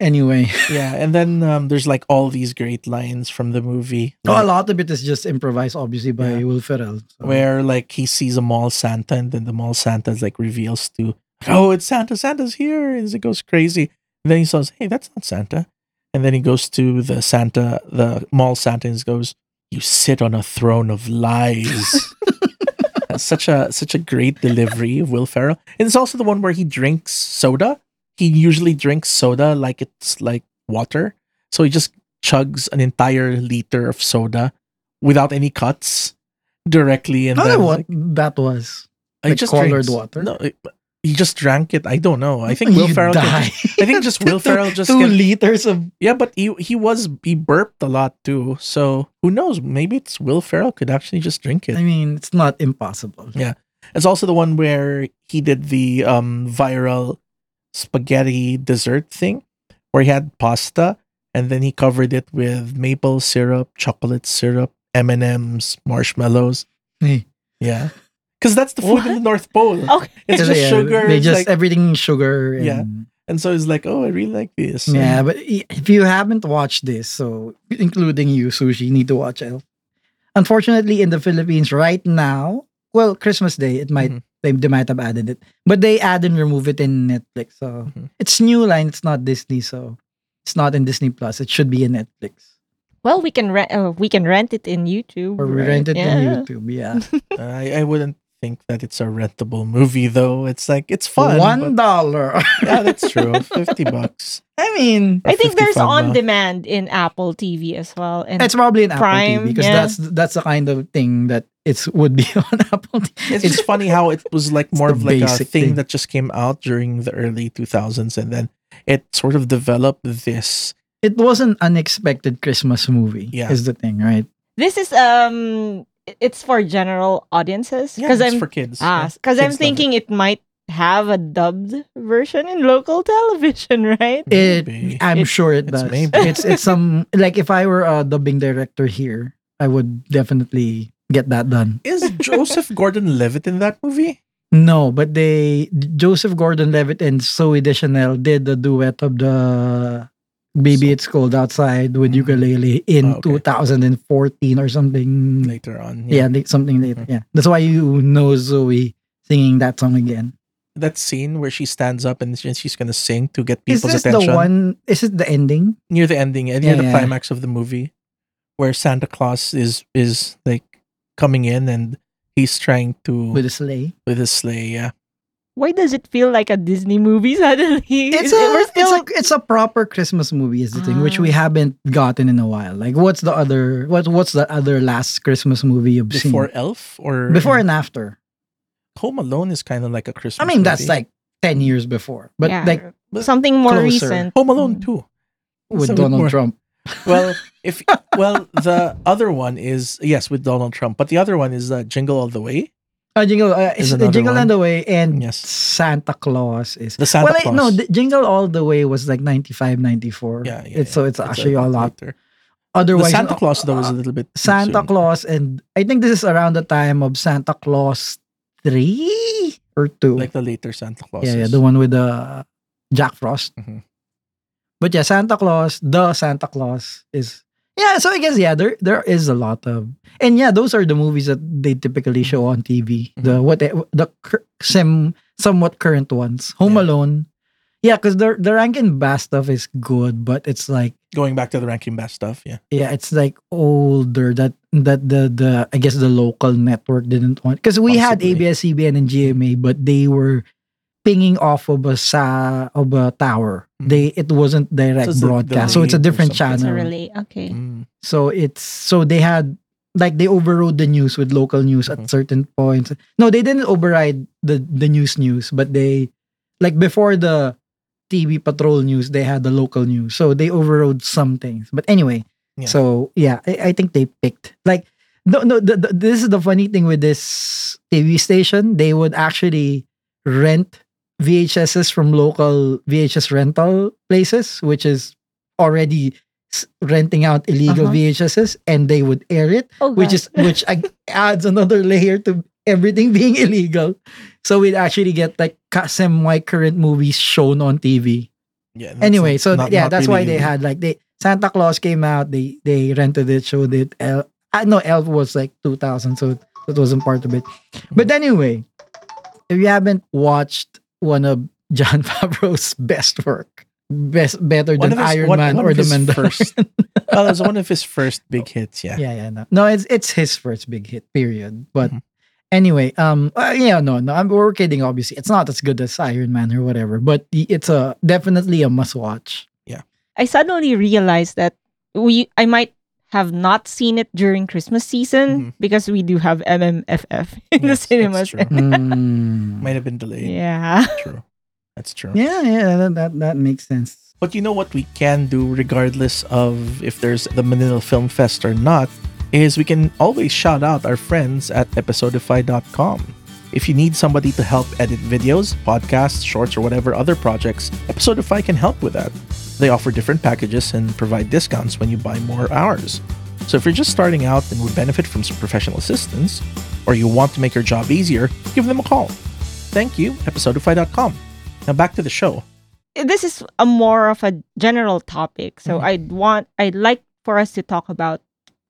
S2: anyway.
S1: Yeah, and then um, there's like all these great lines from the movie.
S2: Oh, a
S1: like,
S2: lot of it is just improvised, obviously, by
S1: Yeah.
S2: Will Ferrell. so.
S1: where like he sees a mall Santa, and then the mall Santa's like reveals to, oh, it's Santa, Santa's here, and it goes crazy. And then he says, hey, that's not Santa, and then he goes to the Santa, the mall Santa, and goes, you sit on a throne of lies. That's such a such a great delivery of Will Ferrell, and it's also the one where he drinks soda. He usually drinks soda like it's like water, so he just chugs an entire liter of soda without any cuts directly and
S2: I don't
S1: then
S2: know what
S1: like,
S2: that was.
S1: he
S2: like colored
S1: drinks-
S2: water?
S1: No, it- he just drank it. I don't know. I think Will
S2: You
S1: Ferrell. can-
S2: die.
S1: I think just Will Ferrell just
S2: two
S1: can-
S2: liters of
S1: yeah, but he he was he burped a lot too. So who knows? Maybe it's Will Ferrell could actually just drink it.
S2: I mean, it's not impossible.
S1: Yeah. It's also the one where he did the um, viral spaghetti dessert thing, where he had pasta and then he covered it with maple syrup, chocolate syrup, M and M's, marshmallows.
S2: Hey.
S1: Yeah, because that's the food in the
S3: What? Oh.
S1: North Pole.
S3: Okay.
S1: It's
S2: So,
S1: just
S2: yeah,
S1: sugar.
S2: They
S1: it's
S2: just
S1: like-
S2: everything sugar. And,
S1: Yeah.
S2: yeah.
S1: and so he's like, "Oh, I really like this."
S2: but i- if you haven't watched this, so including you, Sushi, need to watch it. Unfortunately, in the Philippines right now, well, Christmas Day, it might
S1: Mhm.
S2: they,
S3: Mm-hmm.
S2: they might have added it, but they add and remove it in Netflix. So
S3: Mm-hmm.
S1: Mhm.
S2: it's new line. It's not Disney, so it's not in Disney Plus. It should be in Netflix
S3: Well, we can rent. Uh, we can rent it in YouTube.
S2: or we
S3: right?
S2: rent it
S3: yeah.
S2: on YouTube. Yeah,
S1: I, I wouldn't think that it's a rentable movie though. It's like it's fun.
S2: one
S1: but-
S2: dollar.
S1: yeah, that's true. Fifty bucks.
S2: I mean,
S1: or
S3: I think there's
S1: 55
S3: on
S1: ba.
S3: demand in Apple TV as well. And
S2: It's probably an Apple
S3: Prime,
S2: TV because
S3: yeah.
S2: that's that's the kind of thing that it's would be on Apple. TV.
S1: it's funny how it was like
S2: It's
S1: more
S2: the
S1: of like a
S2: basic
S1: thing,
S2: thing.
S1: that just came out during the early 2000s and then it sort of developed this
S2: it was an unexpected Christmas movie.
S1: Yeah.
S2: is the thing, right?
S3: this is um, i- it's for general audiences
S1: yeah
S3: because
S1: it's
S3: I'm
S1: for kids
S3: ah,
S1: yeah.
S3: 'cause I'm
S1: Kids love it.
S3: thinking it might have a dubbed version in local television, right?
S2: It,
S1: Maybe.
S2: I'm
S3: It-
S2: sure it
S1: it's
S2: does.
S1: maybe.
S2: It's it's some like if I were a dubbing director here, I would definitely get that done.
S1: is joseph gordon-levitt in that movie
S2: No, but they Joseph Gordon-Levitt and Zoe Deschanel did the duet of the Baby
S1: So-
S2: It's Cold Outside with
S1: Mm.
S2: ukulele
S1: Oh,
S2: in
S1: okay.
S2: 2014 or something.
S1: later on
S2: Yeah, like something later.
S1: Mhm.
S2: Yeah. That's why you know Zoe singing that song again.
S1: that scene where she stands up and she- she's gonna sing to get
S2: Is
S1: people's
S2: this
S1: attention
S2: the one? Is it the ending?
S1: near the ending and near
S2: Yeah,
S1: the
S2: yeah.
S1: climax of the movie where santa claus is is like coming in and he's trying to with,
S2: With the sleigh.
S1: his sleigh yeah
S3: Why does it feel like a Disney movie suddenly?
S2: It's
S3: Is it-
S2: a, it's a it's a proper Christmas movie is the thing which we haven't gotten in a while. Like what's the other what what's the other last Christmas movie you've
S1: before
S2: seen?
S1: elf or
S2: Before and after.
S1: home alone is kind of like a christmas
S2: I mean that's
S1: movie.
S2: like 10 years before. But
S3: yeah,
S2: like
S3: something more
S2: closer.
S3: recent.
S1: home alone
S3: Mm.
S1: too
S2: with
S1: It's a bit
S2: Donald
S1: more-
S2: Trump.
S1: well if well the other one is yes with donald trump but the other one is uh, jingle all the way
S2: Uh, jingle uh,
S1: Is
S2: is
S1: another
S2: Jingle
S1: one.
S2: All the Way and
S1: Yes.
S2: Santa Claus is
S1: the santa
S2: well,
S1: claus
S2: I, no, the Jingle All the Way was like 95, 94.
S1: Yeah, yeah,
S2: It's, so
S1: It's
S2: it's, actually a
S1: bit
S2: lot.
S1: later. the
S2: Otherwise,
S1: santa claus though is a
S2: uh,
S1: little bit
S2: Santa
S1: soon.
S2: Claus, and I think this is around the time of Santa Claus 3 or 2.
S1: like the later santa claus
S2: yeah, yeah, the one with the Jack Frost.
S1: Mhm.
S2: But yeah, Santa Claus, the Santa Claus is. Yeah, so I guess, yeah, there there is a lot of. And yeah, those are the movies that they typically show on TV.
S1: Mm-hmm.
S2: The what the cur- sim, somewhat current ones. Home
S1: Yeah.
S2: Alone. Yeah, because the, the Rankin Bass stuff is good, but it's like.
S1: going back to the ranking bass stuff yeah
S2: Yeah, it's like older that that the the I guess the local network didn't want because we had
S1: Possibly.
S2: ABS-CBN and GMA, but they were pinging off of a sa of a tower.
S1: Mhm.
S2: They it wasn't direct
S1: So it's a
S2: broadcast, so it's
S1: delay or
S2: a different
S1: something.
S3: It's
S2: channel.
S3: a relay. Okay.
S1: Mm.
S2: So it's so they had like they overrode the news with local news at
S1: Mhm.
S2: certain points. No, they didn't override the the news news, but they like before the TV patrol news, they had the local news. So they overrode some things. But anyway,
S1: Yeah.
S2: so yeah, I, I think they picked like no no the, the, this is the funny thing with this TV station. They would actually rent VHSs from local VHS rental places, which is already s- renting out illegal
S3: Uh-huh.
S2: VHSs, and they would air it,
S4: Oh,
S2: which
S4: God.
S2: is which ag- adds another layer to everything being illegal. So we'd actually get like ca- semi-current movies shown on TV.
S1: Yeah. that's
S2: anyway,
S1: not-
S2: so
S1: not-
S2: yeah,
S1: not
S2: that's
S1: really
S2: why they
S1: illegal.
S2: had like they Santa Claus came out, they they rented it, showed it. El, I know Elf was like 2000, so that wasn't part of it.
S1: Mm.
S2: But anyway, if you haven't watched one of John Favreau's best work, best better
S1: One
S2: than
S1: of his-
S2: Iron
S1: one-
S2: Man
S1: one
S2: or
S1: of
S2: The
S1: his first-
S2: Mandalorian.
S1: well, it was one of his first big hits. Yeah.
S2: yeah, yeah, no, no, it's it's his first big hit, period. But
S1: Mhm.
S2: anyway, um, uh, yeah, no, no, I'm, we're kidding. Obviously, it's not as good as Iron Man or whatever, but it's a definitely a must watch.
S3: I suddenly realized that we I might have not seen it during Christmas season
S1: Mhm.
S3: because we do have MMFF in the
S1: Yes, that's
S3: cinemas.
S1: true.
S2: Mm.
S1: Might have been delayed.
S3: Yeah.
S1: True. That's true.
S2: Yeah, yeah, that that, that makes sense.
S1: But you know what we can do, regardless of if there's the Manila Film Fest or not, is we can always shout out our friends at episodify.com. If you need somebody to help edit videos, podcasts, shorts, or whatever other projects, Episodify can help with that. They offer different packages and provide discounts when you buy more hours. So if you're just starting out and would benefit from some professional assistance, or you want to make your job easier, give them a call. Thank you, episodify.com. Now back to the show.
S3: eh, This is a more of a general topic. So
S1: Mhm.
S3: I'd want I'd like for us to talk about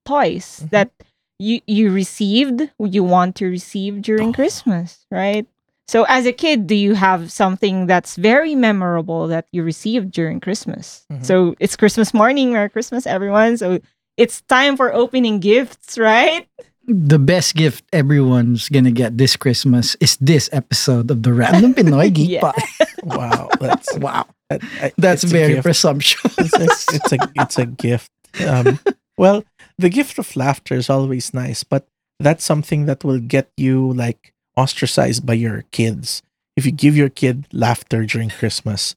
S3: toys
S1: Mhm.
S3: that you you received, you want to receive during
S1: Oh.
S3: Christmas, right? So as a kid, do you have something that's very memorable that you received during Christmas?
S1: Mhm.
S3: So it's Christmas morning, Merry Christmas everyone. So it's time for opening gifts, right?
S2: The best gift everyone's gonna get this Christmas is this episode of the Random Pinoy Geek
S3: Yeah.
S2: Pod.
S1: Wow, that's
S2: Wow,
S1: that- I-
S2: that's
S1: it's a
S2: very
S1: gift.
S2: presumptuous.
S1: it's, it's, it's a it's a gift. Um, well, the gift of laughter is always nice, but that's something that will get you like ostracized by your kids if you give your kid laughter during Christmas.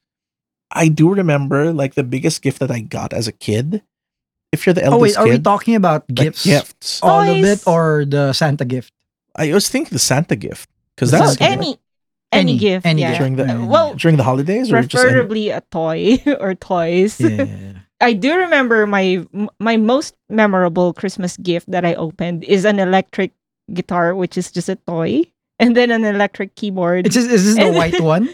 S1: I do remember like the biggest gift that I got as a kid. If you're the
S2: Oh wait,
S1: eldest
S2: are we
S1: kid,
S2: talking about
S1: like,
S2: gifts?
S1: gifts.
S2: All of it
S3: Toys.
S2: or the Santa gift?
S1: I always think the Santa gift because
S2: The
S1: that's
S2: Santa
S1: any,
S3: any, any gift,
S2: Any
S3: yeah. Uh,
S1: During the-
S2: Yeah,
S3: Well,
S1: during the holidays or just any,
S3: preferably a toy or toys.
S2: yeah, yeah, yeah.
S3: I do remember my my most memorable Christmas gift that I opened is an electric guitar, which is just a toy, and then an electric keyboard.
S2: It's just, is this the white one?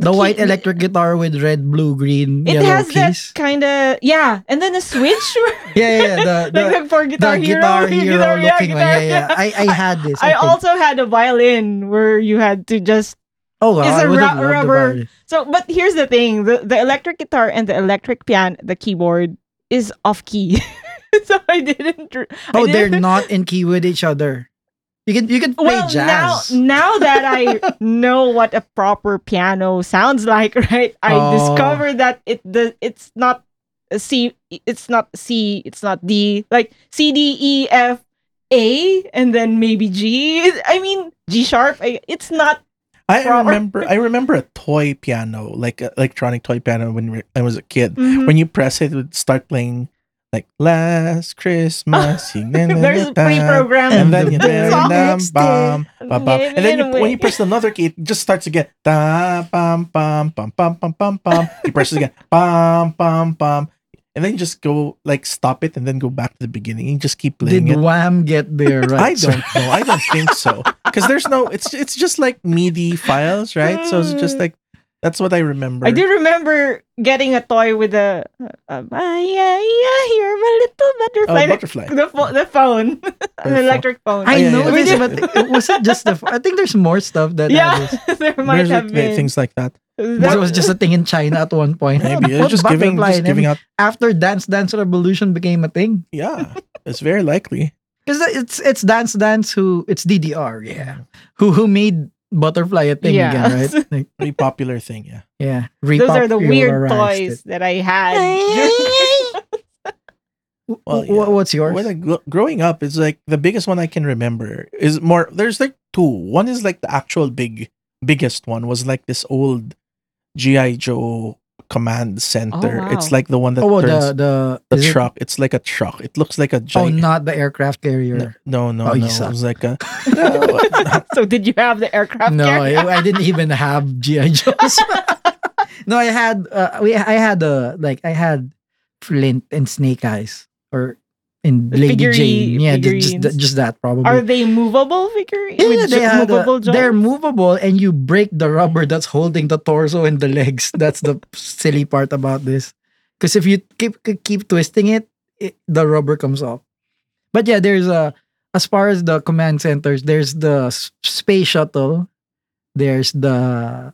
S2: The
S3: key-
S2: white electric guitar with red, blue, green,
S3: It
S2: yellow
S3: has
S2: keys.
S3: that kind of yeah, and then a switch,
S2: Yeah, yeah, yeah. The, the,
S3: like the, for guitar,
S2: the guitar hero,
S3: guitar- yeah,
S2: looking one.
S3: guitar-
S2: Yeah, yeah. I, I had this.
S3: I
S2: think.
S3: also had a violin where you had to just
S2: oh, wow,
S3: it's
S2: I
S3: a
S2: would
S3: ru-
S2: have loved the
S3: rubber-
S2: violin.
S3: so. But here's the thing: the the electric guitar and the electric piano, the keyboard is off key, so I didn't. I
S2: Oh,
S3: didn't-
S2: they're not in key with each other. You can you can play
S3: well,
S2: jazz.
S3: now now that I know what a proper piano sounds like, right? I
S2: Oh.
S3: discovered that it the it's not a C, it's not C, it's not D, like C D E F A, and then maybe G. I mean G sharp. I, it's not.
S1: I
S3: Proper.
S1: remember I remember a toy piano, like a electronic toy piano when we- I was a kid.
S3: Mhm.
S1: When you press it, it would start playing like last Christmas. you na- na- na-
S3: There's
S1: na-
S3: pre-programmed.
S1: and then you
S3: the
S1: dun-
S3: song
S1: dun-
S2: next
S1: bum, bum, bum.
S3: Yeah,
S1: And then you,
S3: anyway.
S1: when you press another key, it just starts again. Da, bum, bum, bum, bum, bum, bum, bum. You press it again. Bum, bum, bum. And then you just go like stop it and then go back to the beginning. You just keep playing
S2: Did
S1: it.
S2: Wham get there
S1: I
S2: right? So-
S1: don't know. I don't think so. Because there's no. It's it's just like MIDI files, right? So it's just like that's what I remember.
S3: Mm. I do remember getting a toy with a, uh, ah, yeah, yeah, you're my little butterfly.
S1: Oh, butterfly.
S3: The, pho- the phone, an
S1: phone.
S3: electric phone.
S1: Oh,
S2: I
S1: yeah,
S2: know
S1: yeah.
S2: this,
S1: We
S2: but
S1: did-
S2: it- was it just the? I think there's more stuff that.
S3: yeah,
S2: Yeah.
S3: there might
S1: There's
S3: have
S1: like
S3: been.
S1: things like that.
S2: There was just a thing in China at one point.
S1: Maybe
S2: What
S1: it's just giving,
S2: butterfly
S1: just
S2: and
S1: giving out.
S2: after Dance Dance Revolution became a thing.
S1: Yeah, it's very likely.
S2: Because it's it's Dance Dance who it's DDR, yeah. Who who made Butterfly a thing
S3: Yeah.
S2: again, right? Like,
S1: Very popular thing. Yeah.
S2: yeah.
S3: Those are the
S2: repopularized
S3: weird toys
S2: it.
S3: that I had.
S2: W-
S1: Well,
S2: w-
S1: yeah.
S2: What's yours?
S1: When I gr- growing up, it's like the biggest one I can remember is more. There's like two. One is like the actual big biggest one was like this old GI Joe command center.
S3: wow.
S1: It's like the one that
S2: oh,
S1: turns
S2: the the,
S1: the
S2: is it-
S1: truck. It's like a truck. It looks like a
S2: oh,
S1: giant.
S2: not the aircraft carrier.
S1: no, no, no.
S2: Oh, you
S1: no. It
S2: suck.
S1: was like a. No,
S3: so did you have the aircraft
S2: No,
S3: carrier?
S2: I, I didn't even have GI Joes. no, I had uh, we I had uh, like I had Flint and Snake Eyes or in Lady
S3: figurine-
S2: Jane. Yeah, ju- just
S3: figurines.
S2: that, just that probably.
S3: Are they movable figurines?
S2: Yeah,
S3: With
S2: they
S3: jo-
S2: had
S3: movable
S2: a, they're
S3: joints?
S2: movable and you break the rubber that's holding the torso and the legs. That's the silly part about this. Because if you keep keep twisting it, it, the rubber comes off. But yeah, there's a as far as the command centers, there's the s- space shuttle, there's the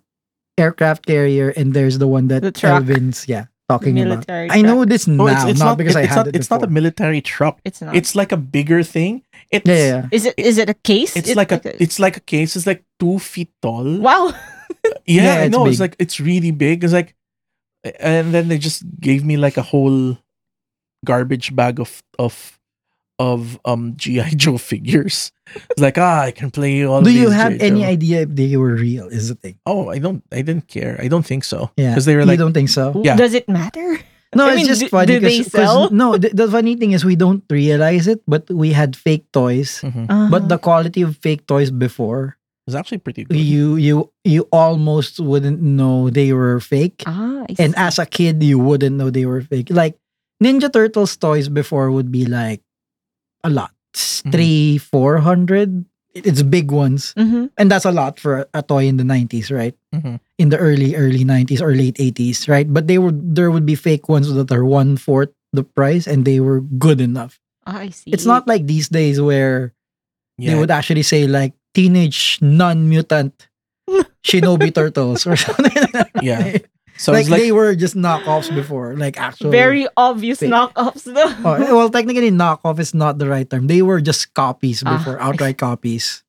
S2: aircraft carrier, and there's the one that
S3: The truck.
S2: Elvin's yeah talking about.
S3: military.
S2: I know this now,
S1: no, Oh, it's, it's
S2: not,
S1: not,
S2: because I
S1: it's
S2: had
S1: not,
S2: it
S1: It's not a
S2: before.
S1: military truck.
S3: it's not.
S1: It's like a bigger thing. It's
S2: yeah, yeah, yeah.
S3: is it is it a case?
S1: It's like a it's like a case. It's like two feet tall.
S3: wow.
S1: Yeah,
S2: Yeah,
S1: I
S2: it's
S1: know. It's
S2: big.
S1: like it's really big. It's like, and then they just gave me like a whole garbage bag of of of um GI Joe figures. It's like ah, I can play all.
S2: Do you
S1: these
S2: have
S1: G.I.
S2: any
S1: Joe.
S2: idea if they were real? Is the thing?
S1: Oh, I don't. I didn't care. I don't think so.
S2: Yeah,
S1: because they were
S2: you
S1: like
S2: don't think so?
S1: Yeah.
S3: Does it matter?
S2: No,
S3: I
S2: it's
S3: mean,
S2: just
S3: do-
S2: funny.
S3: do they
S2: 'cause- 'cause
S3: sell?
S2: No, the, the funny thing is we don't realize it, but we had fake toys.
S1: mhm.
S2: But
S3: Uh-huh.
S2: the quality of fake toys before
S1: it's actually pretty good.
S2: you you you almost wouldn't know they were fake,
S3: ah, I
S2: and
S3: see.
S2: as a kid you wouldn't know they were fake. Like Ninja Turtles toys before would be like a lot, It's
S3: Mm-hmm.
S1: Mhm.
S2: three four hundred. It's big ones,
S3: Mhm.
S2: and that's a lot for a, a toy in the nineties, right?
S1: Mhm.
S2: in the early early 90s or late 80s right but they would there would be fake ones that are one fourth the price and they were good enough
S3: Ah, I see.
S2: it's not like these days where
S1: Yeah,
S2: they would actually say like teenage non-mutant shinobi turtles or something like that, right?
S1: Yeah. so
S2: like,
S1: it's like
S2: they were just knockoffs before like actual
S3: very obvious
S2: Wait.
S3: knockoffs though.
S2: Oh, well technically knockoff is not the right term they were just copies
S3: Ah,
S2: before
S3: I
S2: outright copies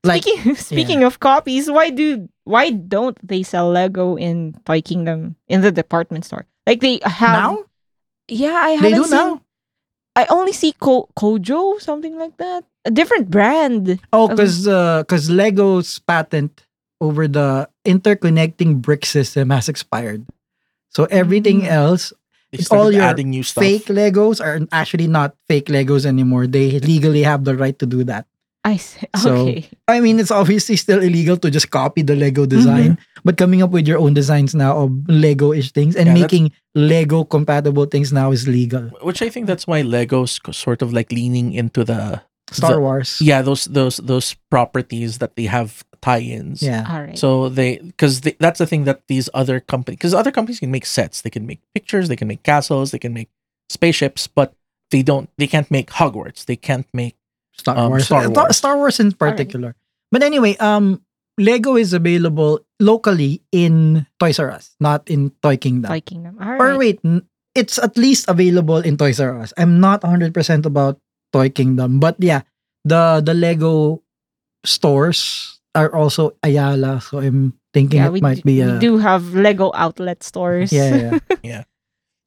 S2: like
S3: speaking speaking of copies, why do why don't they sell Lego in Toy Kingdom in the department store? Like they have
S2: now
S3: Yeah, I haven't
S2: they do
S3: seen.
S2: now
S3: I only see Ko- Kojo something like that. A different brand.
S2: Oh,
S3: Okay.
S2: because because Lego's patent over the interconnecting brick system has expired, so everything
S3: Mm.
S2: else,
S1: they
S2: it's
S1: started
S2: all your
S1: adding new stuff.
S2: fake Legos are actually not fake Legos anymore. They legally have the right to do that.
S3: I see.
S2: So,
S3: okay.
S2: I mean, it's obviously still illegal to just copy the Lego design, but coming up with your own designs now of Lego-ish things and
S1: Yeah, that's-
S2: making Lego compatible things now is legal.
S1: which I think that's why Legos co- sort of like leaning into the
S2: Star
S1: The-
S2: Wars.
S1: yeah those those those properties that they have tie-ins.
S2: Yeah.
S3: All right.
S1: So they, because that's the thing that these other companies, because other companies can make sets, they can make pictures, they can make castles, they can make spaceships, but they don't, they can't make Hogwarts, they can't make.
S2: Star
S1: Um,
S2: Wars.
S1: Star
S2: Uh,
S1: Wars.
S2: Star Wars in particular. But anyway, um, Lego is available locally in Toys R Us, not in Toy Kingdom.
S3: Toy Kingdom. All
S2: or
S3: right.
S2: wait, n- it's at least available in Toys R Us. I'm not 100% about Toy Kingdom, but yeah, the the Lego stores are also Ayala, so I'm thinking
S3: yeah,
S2: it
S3: we,
S2: might
S3: d-
S2: be
S3: we
S2: a
S3: do have Lego outlet stores.
S2: yeah, yeah. yeah.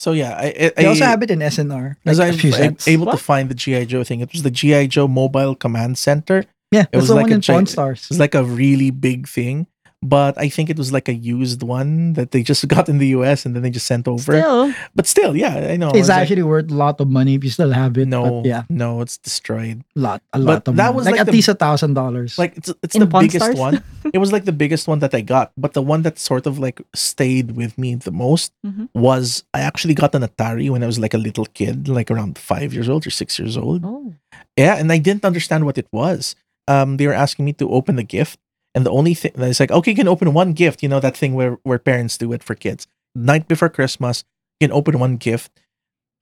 S1: So yeah, I, I,
S2: They also
S1: I-
S2: have it in SNR.
S1: as
S2: Like
S1: I
S2: a few
S1: was
S2: sets.
S1: able to
S3: What?
S1: find the GI Joe thing, it was the GI Joe Mobile Command Center.
S2: yeah, that's
S1: was
S2: the
S1: like
S2: one
S1: a
S2: in
S1: giant- It
S2: Pawn Stars.
S1: was like a really big thing, but I think it was like a used one that they just got in the U.S. and then they just sent over.
S3: Still,
S1: But still, yeah, I know. I was
S2: It's
S1: like,
S2: actually worth a lot of money if you still have it.
S1: no,
S2: but yeah.
S1: no, it's destroyed.
S2: lot, a
S1: But
S2: lot of
S1: that
S2: money.
S1: was
S2: like,
S1: like
S2: at
S1: the-
S2: least a thousand dollars.
S1: like it's it's
S3: In
S1: the
S3: Pawn
S1: biggest
S3: Stars?
S1: one. It was like the biggest one that I got, but the one that sort of like stayed with me the most
S3: Mhm.
S1: was I actually got an Atari when I was like a little kid, like around five years old or six years old.
S3: oh,
S1: Yeah, and I didn't understand what it was. Um, they were asking me to open the gift, and the only thing it's like, okay, you can open one gift. You know that thing where where parents do it for kids. Night before Christmas, you can open one gift.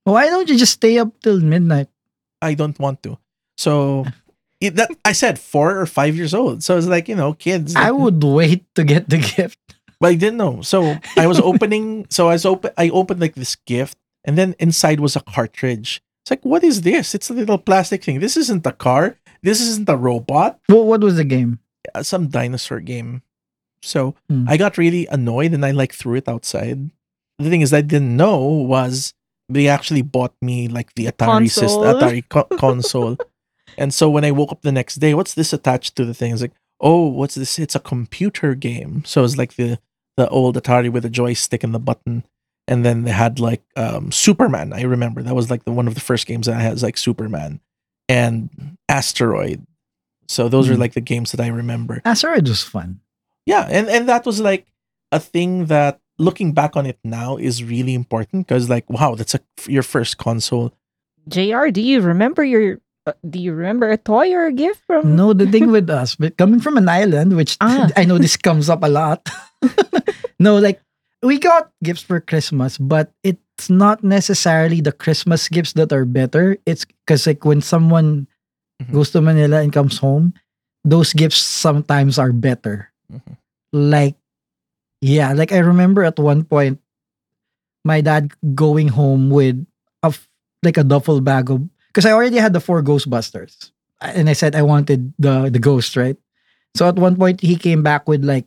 S2: why don't you just stay up till midnight?
S1: I don't want to. So. It, that I said four or five years old, so it's like you know, kids.
S2: I
S1: like,
S2: would wait to get the gift.
S1: But I didn't know. So I was opening. So I was open. I opened like this gift, and then inside was a cartridge. It's like, what is this? It's a little plastic thing. This isn't a car. This isn't a robot.
S2: What what was the game?
S1: Uh, Some dinosaur game. So
S2: Hmm.
S1: I got really annoyed, and I like threw it outside. The thing is, I didn't know was they actually bought me like the Atari system,
S3: Console.
S1: Atari co- console. and so when I woke up the next day, what's this attached to the thing? It's like, oh, what's this? It's a computer game. So it's like the the old Atari with the joystick and the button. and then they had like um, Superman. I remember that was like the one of the first games that I had was like Superman and Asteroid. So those are
S2: Mm.
S1: like the games that I remember.
S2: Asteroid Ah, was fun.
S1: Yeah, and and that was like a thing that looking back on it now is really important because like wow, that's a, your first console.
S3: Jr. Do you remember your? uh, do you remember a toy or a gift from?
S2: No, the thing with us, but coming from an island, which
S3: Ah.
S2: I know this comes up a lot. no, like we got gifts for Christmas, but it's not necessarily the Christmas gifts that are better. It's because like when someone
S1: Mhm.
S2: goes to Manila and comes home, those gifts sometimes are better.
S1: Mhm.
S2: Like, yeah, like I remember at one point, my dad going home with a f- like a duffel bag of because I already had the four Ghostbusters, and I said I wanted the the ghost right. So at one point he came back with like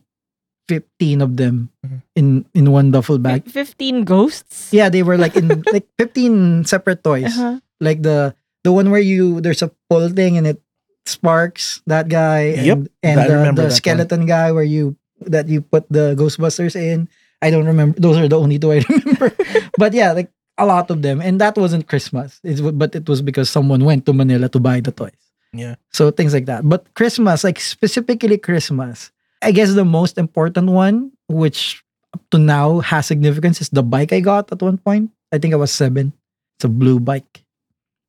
S2: fifteen of them
S1: Mhm.
S2: in in one duffel bag.
S3: Fif- Fifteen ghosts.
S2: Yeah, they were like in like fifteen separate toys,
S3: Uh-huh.
S2: like the the one where you there's a pole thing and it sparks that guy,
S1: Yep,
S2: and and
S1: I
S2: the,
S1: remember
S2: the
S1: that one.
S2: skeleton guy where you that you put the Ghostbusters in. I don't remember; those are the only two I remember. but yeah, like a lot of them, and that wasn't Christmas. It's but it was because someone went to Manila to buy the toys.
S1: Yeah.
S2: So things like that. But Christmas, like specifically Christmas, I guess the most important one, which up to now has significance, is the bike I got at one point. I think I was seven. It's a blue bike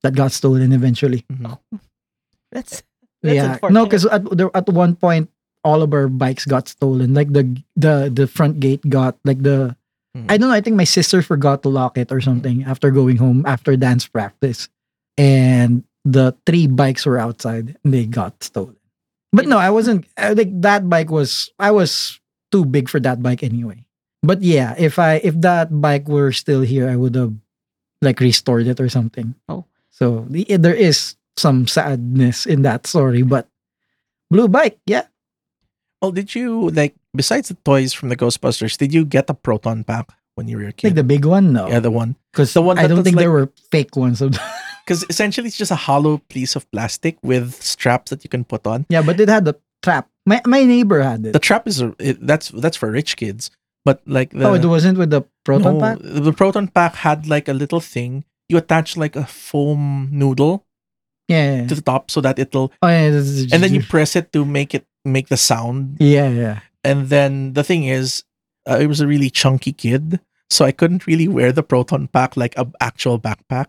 S2: that got stolen eventually.
S1: Mhm.
S3: That's That's
S2: no,
S3: unfortunate.
S2: because at there, at one point all of our bikes got stolen. Like the the the front gate got like the
S3: Hmm.
S1: Mm.
S2: I don't know. I think my sister forgot to lock it or something after going home after dance practice, and the three bikes were outside and they got stolen. But no, I wasn't. I, like that bike was I was too big for that bike anyway. But yeah, if I if that bike were still here, I would have like restored it or something.
S3: Oh.
S2: So the, eh, there is some sadness in that story, but blue bike, yeah.
S1: Well, did you like besides the toys from the Ghostbusters? Did you get a proton pack when you were a
S2: Like
S1: kid?
S2: the big one, no.
S1: yeah, the one
S2: Because
S1: the one
S2: I
S1: that
S2: don't
S1: looks
S2: think there
S1: like-
S2: were fake ones. Of
S1: because essentially it's just a hollow piece of plastic with straps that you can put on.
S2: yeah, but it had the trap. My my neighbor had it.
S1: The trap is a- it, that's that's for rich kids, but like the
S2: oh, it wasn't with the proton
S1: No,
S2: pack.
S1: The proton pack had like a little thing. You attach like a foam noodle
S2: Yeah. yeah, yeah.
S1: to the top so that it'll,
S2: oh, yeah this is-
S1: and then you press it to make it make the sound.
S2: Yeah, yeah.
S1: And then the thing is, uh, I was a really chunky kid, so I couldn't really wear the proton pack like a actual backpack.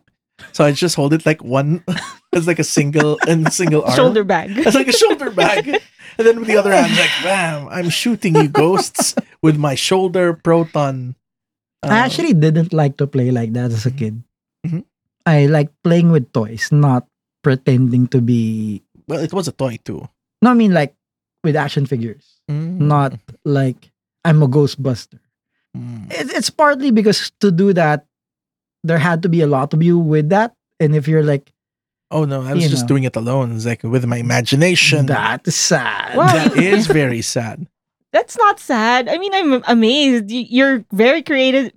S1: So I just hold it like one, as like a single and single arm.
S3: shoulder bag.
S1: It's like a shoulder bag. And then with the other hand, like bam, I'm shooting you ghosts with my shoulder proton. uh,
S2: I actually didn't like to play like that as a kid.
S1: Mhm.
S2: I like playing with toys, not pretending to be.
S1: well, it was a toy too.
S2: No, I mean like with action figures,
S1: Mm-hmm.
S2: not like I'm a Ghostbuster.
S1: Mm.
S2: It, it's partly because to do that, there had to be a lot of you with that, and if you're like
S1: Oh no, I was
S2: you
S1: just
S2: know.
S1: doing it alone. It's like with my imagination.
S2: that's sad.
S3: Wow.
S1: That is very sad.
S3: That's not sad. I mean, I'm amazed. You- You're very creative.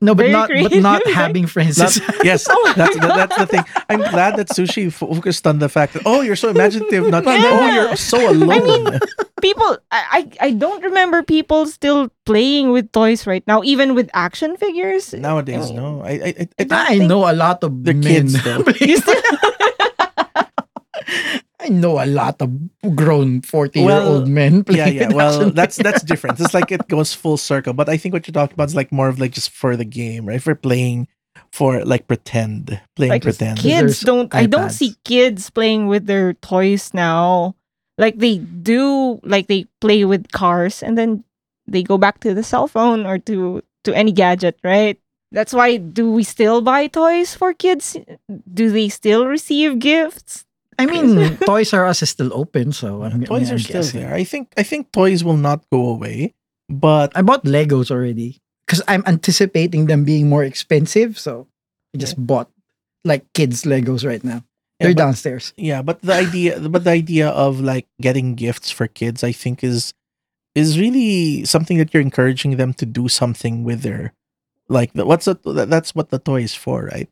S2: No, but
S3: Very
S2: not but
S3: creative,
S2: not
S3: right?
S2: having friends.
S1: Not-
S2: is-
S1: yes,
S3: Oh my
S1: that's, that, that's the thing. I'm glad that Sushi f- focused on the fact that oh, you're so imaginative. Not
S3: Yeah.
S1: oh, you're so alone.
S3: People, I, I, I don't remember people still playing with toys right now, even with action figures.
S1: Nowadays, no. I, I, I, I
S2: I
S3: think-
S2: know a lot of
S1: They're
S2: men.
S1: kids, though.
S3: You still-
S2: I know a lot of grown
S1: Well,
S2: forty-year-old men.
S1: yeah,
S2: playing
S1: yeah.
S2: with
S1: Well,
S2: action
S1: that's that's different. It's like it goes full circle. But I think what you're talking about is like more of like just for the game, right? For playing, for like pretend, playing
S3: Like, just
S1: pretend.
S3: kids
S2: There's
S3: don't i don't
S2: iPads.
S3: see kids playing with their toys now like they do like they play with cars and then they go back to the cell phone or to to any gadget right that's why do we still buy toys for kids do they still receive gifts
S2: I mean, Toys R Us is still open, so I'm,
S1: toys
S2: I'm
S1: are still
S2: guessing.
S1: there. I think I think toys will not go away, but
S2: I bought Legos already because I'm anticipating them being more expensive, so I just bought like kids Legos right now.
S1: Yeah,
S2: They're
S1: but-
S2: downstairs.
S1: yeah but the idea but the idea of like getting gifts for kids i think is is really something that you're encouraging them to do something with their like the- what's a, that's what the toy is for right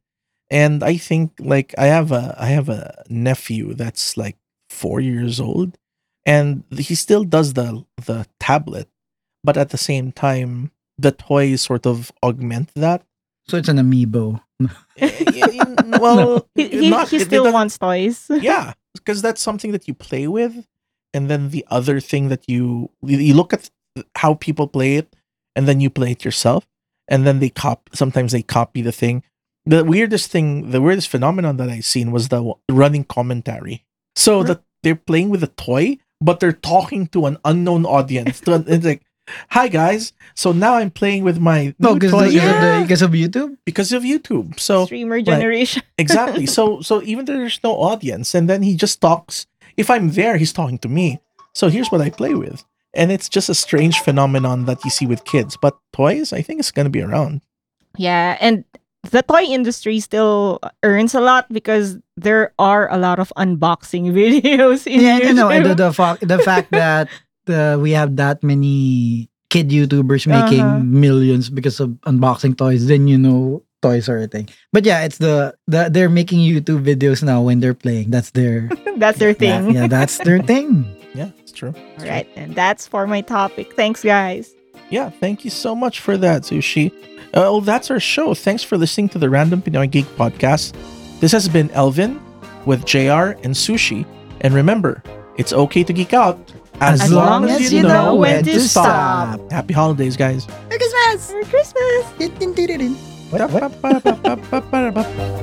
S1: and i think like i have a i have a nephew that's like four years old and he still does the the tablet but at the same time the toys sort of augment that.
S2: So it's an amiibo.
S1: well,
S3: He, he,
S1: not-
S3: he
S1: it- it
S3: still
S1: doesn't-
S3: wants toys.
S1: yeah, because that's something that you play with, and then the other thing that you you look at how people play it, and then you play it yourself, and then they cop. Sometimes they copy the thing. The weirdest thing, the weirdest phenomenon that I seen was the w- running commentary. So
S2: Hmm?
S3: Right.
S1: that they're playing with a toy, but they're talking to an unknown audience. To an- it's like, "Hi guys, so now I'm playing with my
S2: No,
S1: new
S2: because
S1: toy
S2: Oh, of, the-
S3: Yeah.
S2: because of YouTube.
S1: because of YouTube." So
S3: Streamer generation.
S1: exactly so so even there's no audience and then he just talks if i'm there he's talking to me so here's what i play with and it's just a strange phenomenon that you see with kids but toys i think it's going to be around
S3: Yeah, and the toy industry still earns a lot because there are a lot of unboxing videos in
S2: Yeah, you know, and the,
S3: YouTube.
S2: the, fa- the fact that uh, we have that many kid YouTubers making
S3: Uh-huh.
S2: millions because of unboxing toys, then you know toys are a thing. But yeah, it's the, the they're making YouTube videos now when they're playing. That's their
S3: That's their
S2: yeah,
S3: thing.
S2: yeah, that's their thing.
S1: yeah it's true
S3: All right, and that's for my topic. Thanks, guys.
S1: yeah thank you so much for that sushi uh, well that's our show thanks for listening to the random pinoy geek podcast this has been elvin with jr and sushi and remember it's okay to geek out
S2: As, long, as, you know when to stop.
S1: happy holidays guys
S3: Merry Christmas!
S2: What? what?
S1: Ba-ba-ba-ba-ba-ba-ba.